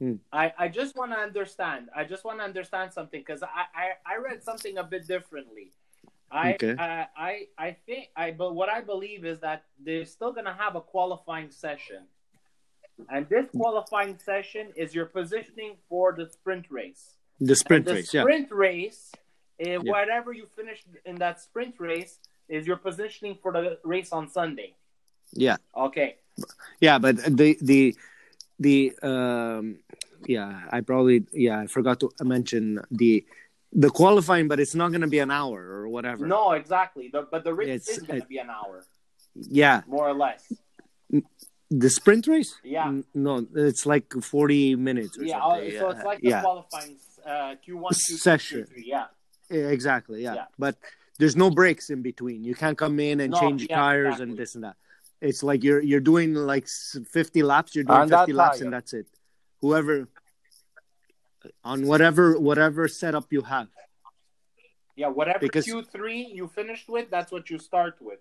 A: Hmm.
C: I, I just want to understand. I just want to understand something because I, I, I read something a bit differently. I,
A: Okay.
C: I I I think I but what I believe is that they're still gonna have a qualifying session, and this
A: Hmm.
C: qualifying session is your positioning for the sprint race.
A: The sprint
C: and the
A: race. Yeah.
C: sprint race, eh, whatever you finish in that sprint race, is your positioning for the race on Sunday.
A: Yeah.
C: Okay.
A: yeah but the the the um yeah i probably yeah i forgot to mention the the qualifying but it's not going to be an hour or whatever
C: No, exactly. The, but the race
A: It's-
C: is gonna
A: it-
C: be an hour.
A: yeah
C: more or less.
A: the sprint race
C: Yeah.
A: N- no it's like 40 minutes or
C: Yeah, uh,
A: something
C: so it's like the
A: yeah
C: qualifying uh, Q1, Q2,
A: Session.
C: Q3. Yeah.
A: Yeah, exactly yeah.
C: Yeah.
A: but there's no breaks in between you can't come in and
C: No,
A: change your
C: yeah,
A: tires
C: exactly.
A: and this and that it's like you're you're doing like s- 50 laps you're doing
B: On that
A: 50 laps
B: tire.
A: and that's it whoever on whatever whatever setup you have
C: Yeah, whatever
A: Because-
C: Q3 you finished with, that's what you start with.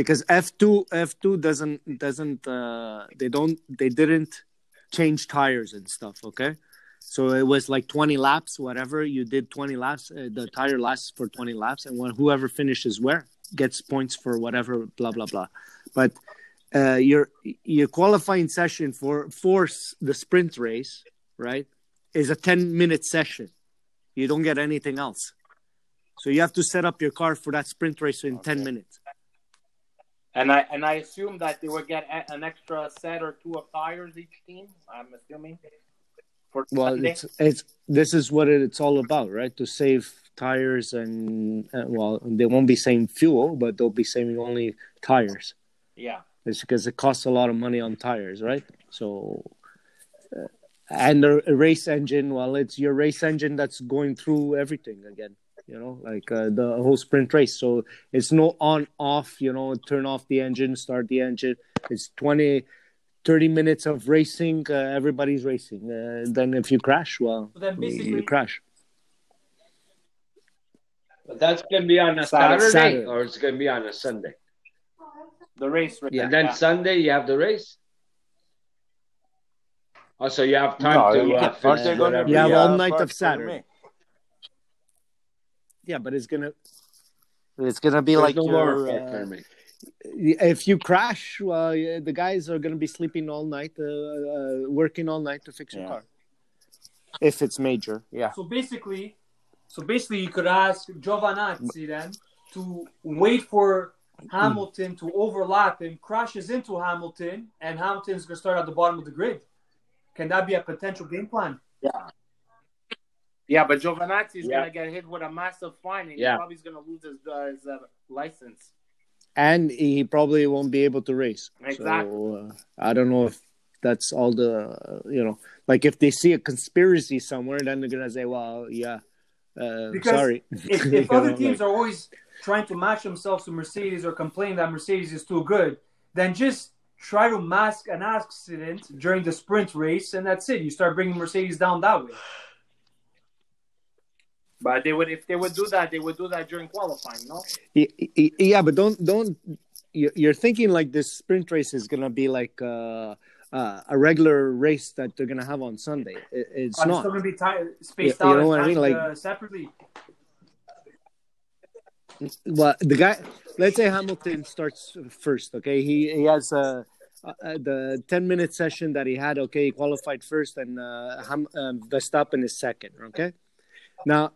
A: because F2 F2 doesn't doesn't uh, they don't they didn't change tires and stuff okay so it was like 20 laps whatever you did 20 laps uh, the tire lasts for 20 laps and when whoever finishes where gets points for whatever blah blah blah but uh, your your qualifying session for for s- the sprint race right is a 10 minute session you don't get anything else so you have to set up your car for that sprint race in 10 minutes
C: And I and I assume that they would get a, an extra set or two of tires each team. I'm assuming. For
A: well
C: Sunday.
A: it's it's this is what it- it's all about right to save tires and uh, well they won't be saving fuel but they'll be saving only tires
C: yeah,
A: it's because it costs a lot of money on tires right so uh, and the race engine well it's your race engine that's going through everything again you know like uh, the whole sprint race so it's no on off you know turn off the engine start the engine it's 20 30 minutes of racing uh, everybody's racing uh, then if you crash well
D: So then
A: you
D: basically,
A: crash
F: But that's going to be on a
C: Saturday.
F: Saturday,
A: Saturday.
F: or it's going to be on a Sunday.
C: the race.
A: Yeah.
F: And then
C: yeah.
F: Sunday, you have the race. Oh, so you have time to
B: No, yeah,
F: uh,
B: aren't they
F: finish
B: gonna
F: whatever.
B: be,
A: Yeah, well,
B: uh,
A: night of
B: parked for
A: Saturday.
B: me?
A: Yeah, but it's gonna it's gonna be
F: There's
A: like
F: no more
A: your,
F: effect
A: uh,
F: for me.
A: if you crash, well, yeah, the guys are gonna be sleeping all night, uh, uh, working all night to fix your
B: Yeah.
A: car. If it's major, yeah.
D: So basically, so basically, you could ask
A: Mm.
D: Giovanazzi then to wait for Hamilton to overlap him, crashes into Hamilton, and Hamilton's going to start at the bottom of the grid. Can that be a potential game plan?
C: Yeah, but Giovanazzi is
F: Yeah.
C: gonna get hit with a massive fine, and
F: Yeah.
C: he probably is gonna lose his, uh, his uh, license.
A: And he probably won't be able to race.
C: Exactly.
A: So, uh, I don't know if that's all the uh, you know, like if they see a conspiracy somewhere, then they're gonna say, "Well, yeah, uh,
D: Because
A: sorry."
D: If,
A: You
D: if other
A: know,
D: teams
A: like-
D: are always trying to match themselves to Mercedes or complain that Mercedes is too good, then just try to mask an accident during the sprint race, and that's it. You start bringing Mercedes down that way.
C: But they would, if they would do that, they would do that during qualifying, no?
A: Y- y- yeah but don't don't you- you're thinking like this sprint race is gonna be like uh, uh, a regular race that they're gonna have on sunday I- it's
D: I'm
A: not
D: still going to be ti- spaced
A: You- you
D: out
A: know
D: and
A: what I mean?
D: timed,
A: Like-
D: uh, separately.
A: well the guy let's say hamilton starts first okay he he has uh, uh, the 10 minute session that he had okay he qualified first and uh, Ham, um, verstappen is second okay now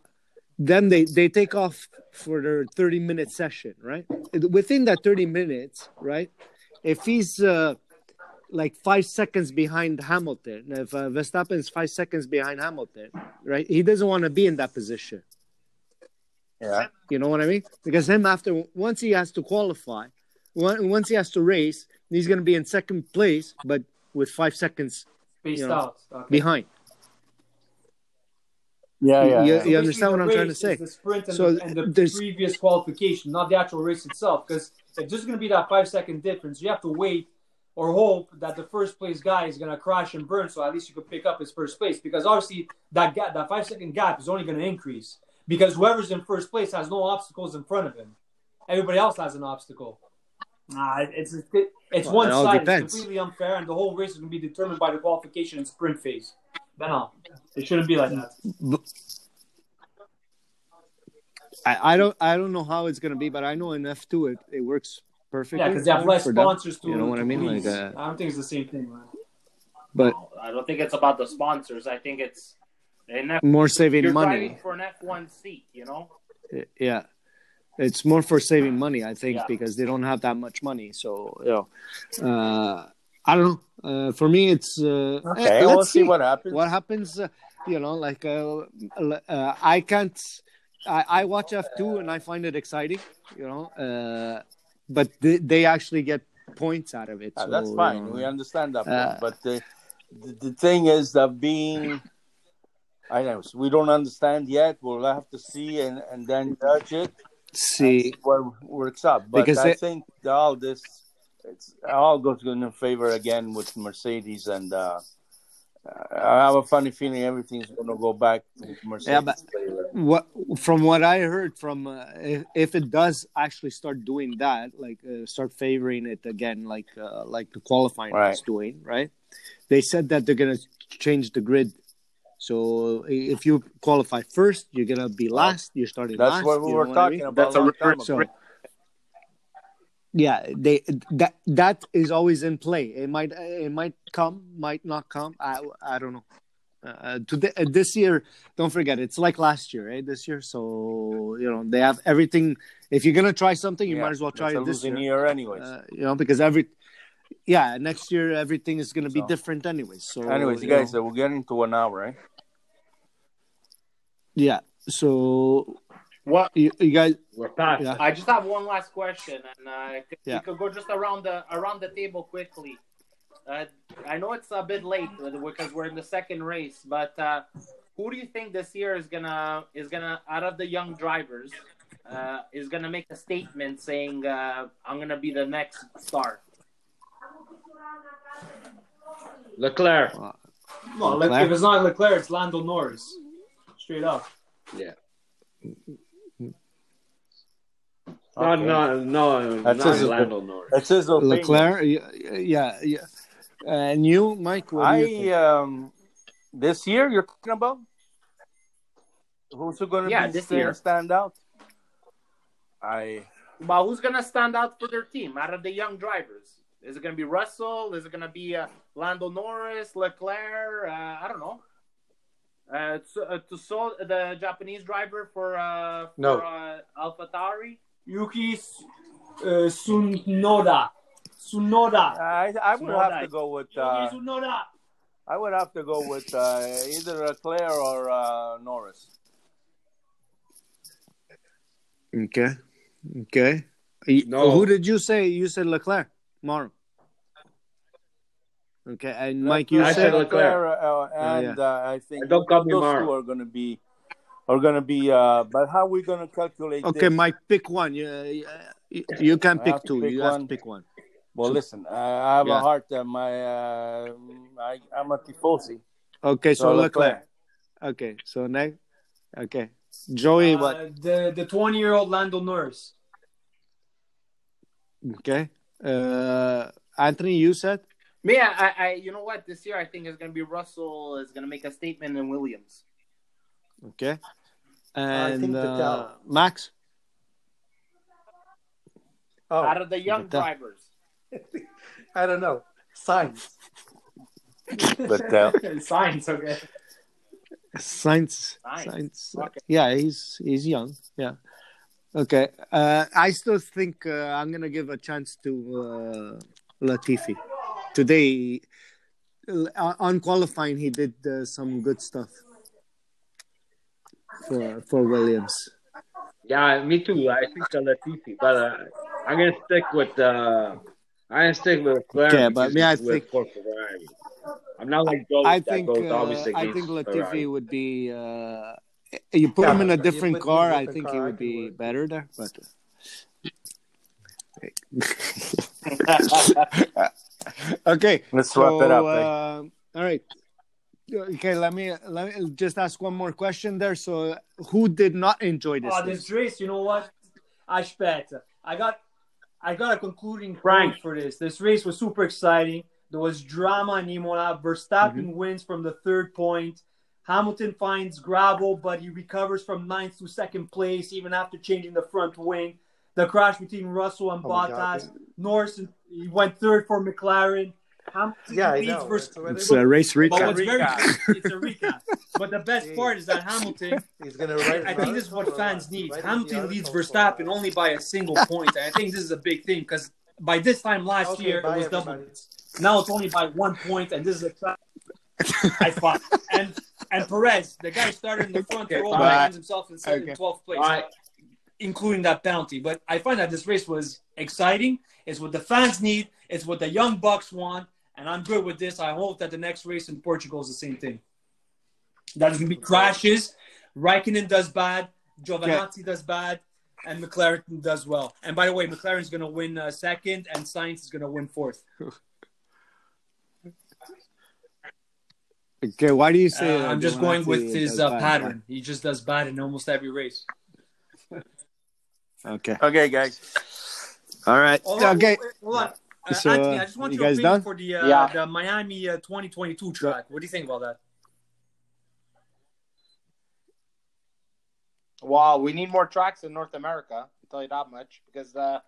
A: then they they take off for their 30 minute session right within that 30 minutes right if he's uh, like five seconds behind hamilton if uh, verstappen's five seconds behind hamilton right he doesn't want to be in that position
B: Yeah.
A: you know what I mean? Because him after once he has to qualify, on- once he has to race, he's going to be in second place, but with five seconds
D: Spaced
A: You know,
D: out. Okay.
A: behind.
B: Yeah, yeah.
A: You-
B: yeah.
D: So
A: you
D: basically
A: understand what
D: the
A: I'm trying to
D: race
A: say?
D: is The sprint and,
A: So
D: the, and the
A: there's-
D: previous qualification, not the actual race itself. Because if there's going to be that five second difference, you have to wait or hope that the first place guy is going to crash and burn, so at least you could pick up his first place. Because obviously that gap, that five second gap, is only going to increase because whoever's in first place has no obstacles in front of him. Everybody else has an obstacle. Nah, it- it's it's, it's
A: Well,
D: one
A: it all
D: side. It's
A: depends.
D: completely unfair, and the whole race is going to be determined by the qualification and sprint phase. Then on. It shouldn't be like that.
A: I, I don't I don't know how it's going to be, but I know in F2 it, it works perfectly.
D: Yeah, because they have less
A: for them.
D: sponsors to.
A: You know what I
D: to
A: mean? Like,
D: please.
A: uh,
D: I don't think it's the same thing, man.
A: but
C: No, I don't think it's about the sponsors. I think it's an F-
A: more saving
C: you're driving
A: money. Uh,
C: for an F1 seat, you know?
A: Yeah. It's more for saving money, I think,
C: Yeah.
A: because they don't have that much money. So, you know, uh, I don't know. Uh, for me, it's uh, eh,
B: Okay,
A: let's
B: we'll see what happens.
A: what happens uh, you know like uh, uh, i can't I, I watch f2 and i find it exciting you know uh, but they, they actually get points out of it
B: Ah,
A: so,
B: that's
A: you
B: fine.
A: know,
B: we understand that,
A: Uh,
B: point. but the, the the thing is that being, I know we don't understand yet. We'll have to see and and then judge it. and
A: see
B: what works out. But
A: Because
B: I
A: it-
B: think all this, it's all goes in favor again with Mercedes, and uh, I have a funny feeling everything's going to go back to Mercedes. favor.
A: what from what i heard from uh, if, if it does actually start doing that like uh, start favoring it again like uh, like the qualifying
B: Right.
A: is doing right they said that they're gonna change the grid so i- if you qualify first you're gonna be last you're starting
B: That's
A: last
B: what we
A: you know
B: were
A: what I mean?
B: talking about
C: That's
B: a
C: a
B: long time
C: reverse
B: ago.
A: So yeah, they that that is always in play. It might it might come, might not come. I I don't know. Uh, today uh, this year, don't forget it's like last year, right? This year, so you know they have everything. If you're gonna try something, you
B: Yeah,
A: might as well try
B: it's a
A: it this
B: losing
A: year.
B: year, anyways.
A: Uh, you know because every yeah next year everything is gonna be
B: So-
A: different anyways. So
B: anyways,
A: you
B: guys,
A: know,
B: uh, we're getting to an hour, right?
A: yeah. So
C: What?
A: you, you guys,
F: We're past.
A: yeah.
C: I just have one last question, and uh, c-
A: Yeah.
C: we could go just around the around the table quickly. Uh, I know it's a bit late uh, because we're in the second race, but uh, who do you think this year is gonna is gonna out of the young drivers uh, is gonna make a statement saying uh, I'm gonna be the next star?
F: Leclerc.
D: No, Le-
A: Leclerc?
D: if it's not Leclerc, it's Lando Norris. Straight up.
F: No,
B: Okay.
F: no, no.
B: That's
F: not
B: his-
F: Lando Norris.
B: That's his opinion.
A: Leclerc, yeah, yeah, yeah. And you, Mike, what do you think?
B: I um, this year you're talking about who's going to
C: Yeah,
B: be
C: this
B: stand,
C: year.
B: stand out? I
C: But who's gonna stand out for their team out of the young drivers? Is it gonna be Russell? Is it gonna be uh, Lando Norris, Leclerc? Uh, I don't know. Uh, so, uh, Tsuso, the Japanese driver for uh, for,
E: No.
C: uh, AlphaTauri.
D: Yuki uh, Tsunoda. Tsunoda.
B: I I would
D: Small
B: have to
D: guys.
B: go with uh,
D: Yuki Tsunoda.
B: I would have to go with uh, either Leclerc or uh, Norris.
A: Okay. Okay. You-
F: No.
A: Who did you say? You said Leclerc, Morrow. Okay. And Mike, you
F: I
A: said, Oh,
F: said Leclerc.
B: uh, and uh, I think
F: And don't call me
B: those
F: Mara.
B: two are going to be are going to be. Uh, but how are we going to calculate?
A: okay,
B: this?
A: Mike, pick one. You, you, you can
B: I
A: pick
B: have to
A: two.
B: pick
A: you have to
B: one.
A: pick one.
B: Well, listen, uh, I I have
A: Yeah.
B: a hard time. I, uh, I I'm a tifosi.
A: Okay. So,
B: So
A: Leclerc.
B: Leclerc.
A: Okay. So next. Okay. Joey, what?
D: Uh, the the 20 year old Lando Norris.
A: Okay. Uh, Anthony, you said?
C: Me, I, I, you know what? This year I think it's gonna be Russell is gonna make a statement in Williams.
A: Okay.
E: I
A: And
E: think
A: uh,
E: Vettel.
A: Max?
C: Out
E: Oh,
C: of the young
A: Vettel.
C: drivers,
E: I don't know. Signs.
B: Vettel.
A: uh,
D: Science, okay.
A: Science.
C: Nice.
A: Science.
C: Okay.
A: uh, Yeah, he's he's young. Yeah. Okay. Uh, I still think uh, I'm gonna give a chance to uh, Latifi today. Uh, on qualifying, he did uh, some good stuff for for Williams.
F: Yeah, me too. I think the Latifi, but uh, I'm gonna stick with uh, I'm gonna stick with Leclerc
A: Okay,
F: because
A: but me, I
F: he's with
A: think-
F: for Ferrari. I'm not like Joe
A: I
F: that
A: think
F: goes always
A: uh, I
F: against
A: think Latifi
F: Ferrari.
A: would be. Uh, you put him in a
E: Yeah, but you
A: different
E: put him in a
A: car. I
E: different
A: think he
E: car,
A: would
E: I can
A: be
E: work.
A: better there, but. okay.
B: Let's
A: so,
B: wrap it up, eh?
A: uh, all right. Okay, let me let me just ask one more question there. So, who did not enjoy this?
D: Oh,
A: race?
D: this race, you know what? Ashpet, I got, I got a concluding
F: Frank.
D: point for this. This race was super exciting. There was drama in Imola. Verstappen wins from the third point. Hamilton finds gravel, but he recovers from ninth to second place, even after changing the front wing. The crash between Russell and
E: Oh my God,
D: Bottas. Norris he went third for McLaren. Hamilton
E: Yeah, I
D: leads
E: know.
D: Verst-
E: That's what it
A: It's a race
D: But
A: recap.
D: what's very Oh, it's a recap. But the best part is that Hamilton
E: He's gonna write.
D: I
E: an
D: think this is what
E: article for
D: fans
E: us.
D: need.
E: Write the
D: Hamilton leads
E: article for
D: Verstappen
E: us.
D: only by a single point, and I think this is a big thing because by this time last
E: Okay,
D: year it
E: bye,
D: was double.
E: everybody.
D: Now it's only by one point, and this is a trap. I thought. And and Perez, the guy started in the front
F: Okay,
D: row,
F: bye.
D: but finds himself in second,
A: Okay.
D: twelfth place,
F: Bye.
D: including that penalty. But I find that this race was exciting. It's what the fans need. It's what the young bucks want, and I'm good with this. I hope that the next race in Portugal is the same thing. That is going to be crashes. Raikkonen does bad. Giovinazzi does bad. And McLaren does well. And by the way, McLaren's going to win uh, second, and Science is going to win fourth.
A: Okay, why do you
D: Uh,
A: say?
D: I'm just
A: Giovinazzi
D: going with his
A: does
D: uh,
A: bad?
D: pattern. He just does bad in almost every race.
A: Okay.
B: Okay, guys.
A: All right.
D: Hold on,
A: okay.
D: Oh, hold on. Uh,
A: So,
D: Anthony, I just want
A: you
D: your
A: guys
D: opinion
A: done?
D: for the uh,
F: Yeah.
D: the Miami uh, 2022 track. What do you think about that?
C: Wow, we need more tracks in North America. I'll tell you that much because uh,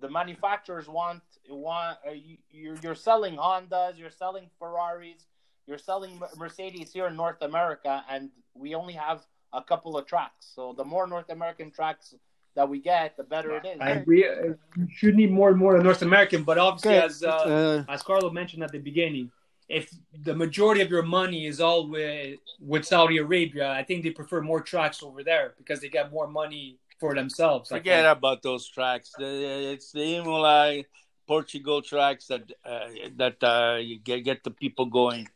C: the manufacturers want want uh, you, you're you're selling Hondas, you're selling Ferraris, you're selling Mer- Mercedes here in North America, and we only have a couple of tracks. So the more North American tracks that we get, the better it is.
D: I agree. Uh, you should need more and more of North American, but obviously,
A: Okay.
D: as uh,
A: Uh,
D: as Carlo mentioned at the beginning, if the majority of your money is all with, with Saudi Arabia, I think they prefer more tracks over there because they get more money for themselves. I
B: Forget
D: think.
B: about those tracks. The- It's the Imola, Portugal tracks that uh, that uh, you get get the people going.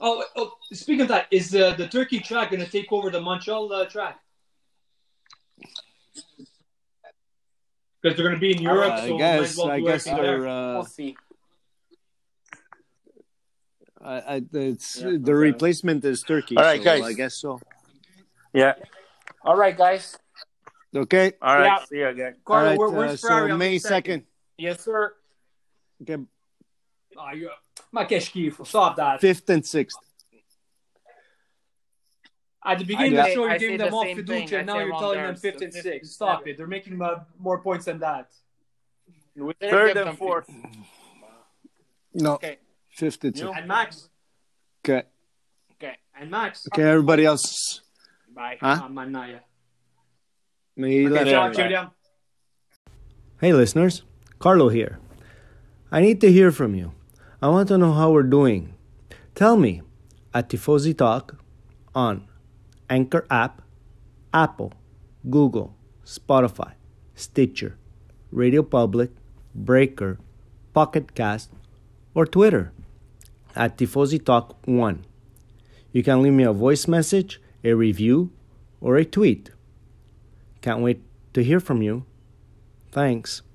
D: Oh, oh, speaking of that, is uh, the Turkey track going to take over the Montreal uh, track? Because they're going to be in Europe,
A: Uh, I
D: so we might as
A: guess.
D: well
A: I
D: do
A: guess
D: everything there.
A: they're. Uh,
C: We'll see.
A: I, I, it's
B: Yeah,
A: the
B: okay.
A: replacement is Turkey.
B: All right,
A: so
B: guys.
A: I guess so.
B: Yeah.
C: All right, guys.
A: Okay.
B: All right.
C: Yeah.
B: See you again.
D: Carlo,
A: All right.
D: where, where's
A: uh,
D: Ferrari?
A: so
D: on
A: May
D: second?
A: second.
C: Yes, sir.
A: Okay.
D: Ah, you- Ma che schifo, stop that.
A: Fifth and sixth.
D: At the beginning
H: I
D: of the
H: say-
D: show,
H: I
D: you
H: say
D: gave them
H: the
D: all
H: same
D: fiducia,
H: thing. I
D: and now
H: say
D: you're
H: wrong
D: telling them
H: terms.
D: fifth and
H: Fifth
D: sixth.
H: and
D: Stop
H: seven.
D: it. They're making uh, more points than that.
H: We didn't
B: Third
H: give
B: and
H: them
B: fourth.
A: No,
H: Okay.
A: fifth and
H: You?
A: sixth.
D: And Max,
A: Okay.
H: Okay.
D: and Max,
A: Okay, everybody else.
D: bye.
A: Huh?
D: Um, I'm not yet.
A: Me left.
D: Ciao,
B: bye.
D: Julian.
I: Hey, listeners, Carlo here. I need to hear from you. I want to know how we're doing. Tell me at Tifosi Talk on Anchor app, Apple, Google, Spotify, Stitcher, Radio Public, Breaker, Pocket Cast, or Twitter at Tifosi Talk 1. You can leave me a voice message, a review, or a tweet. Can't wait to hear from you. Thanks.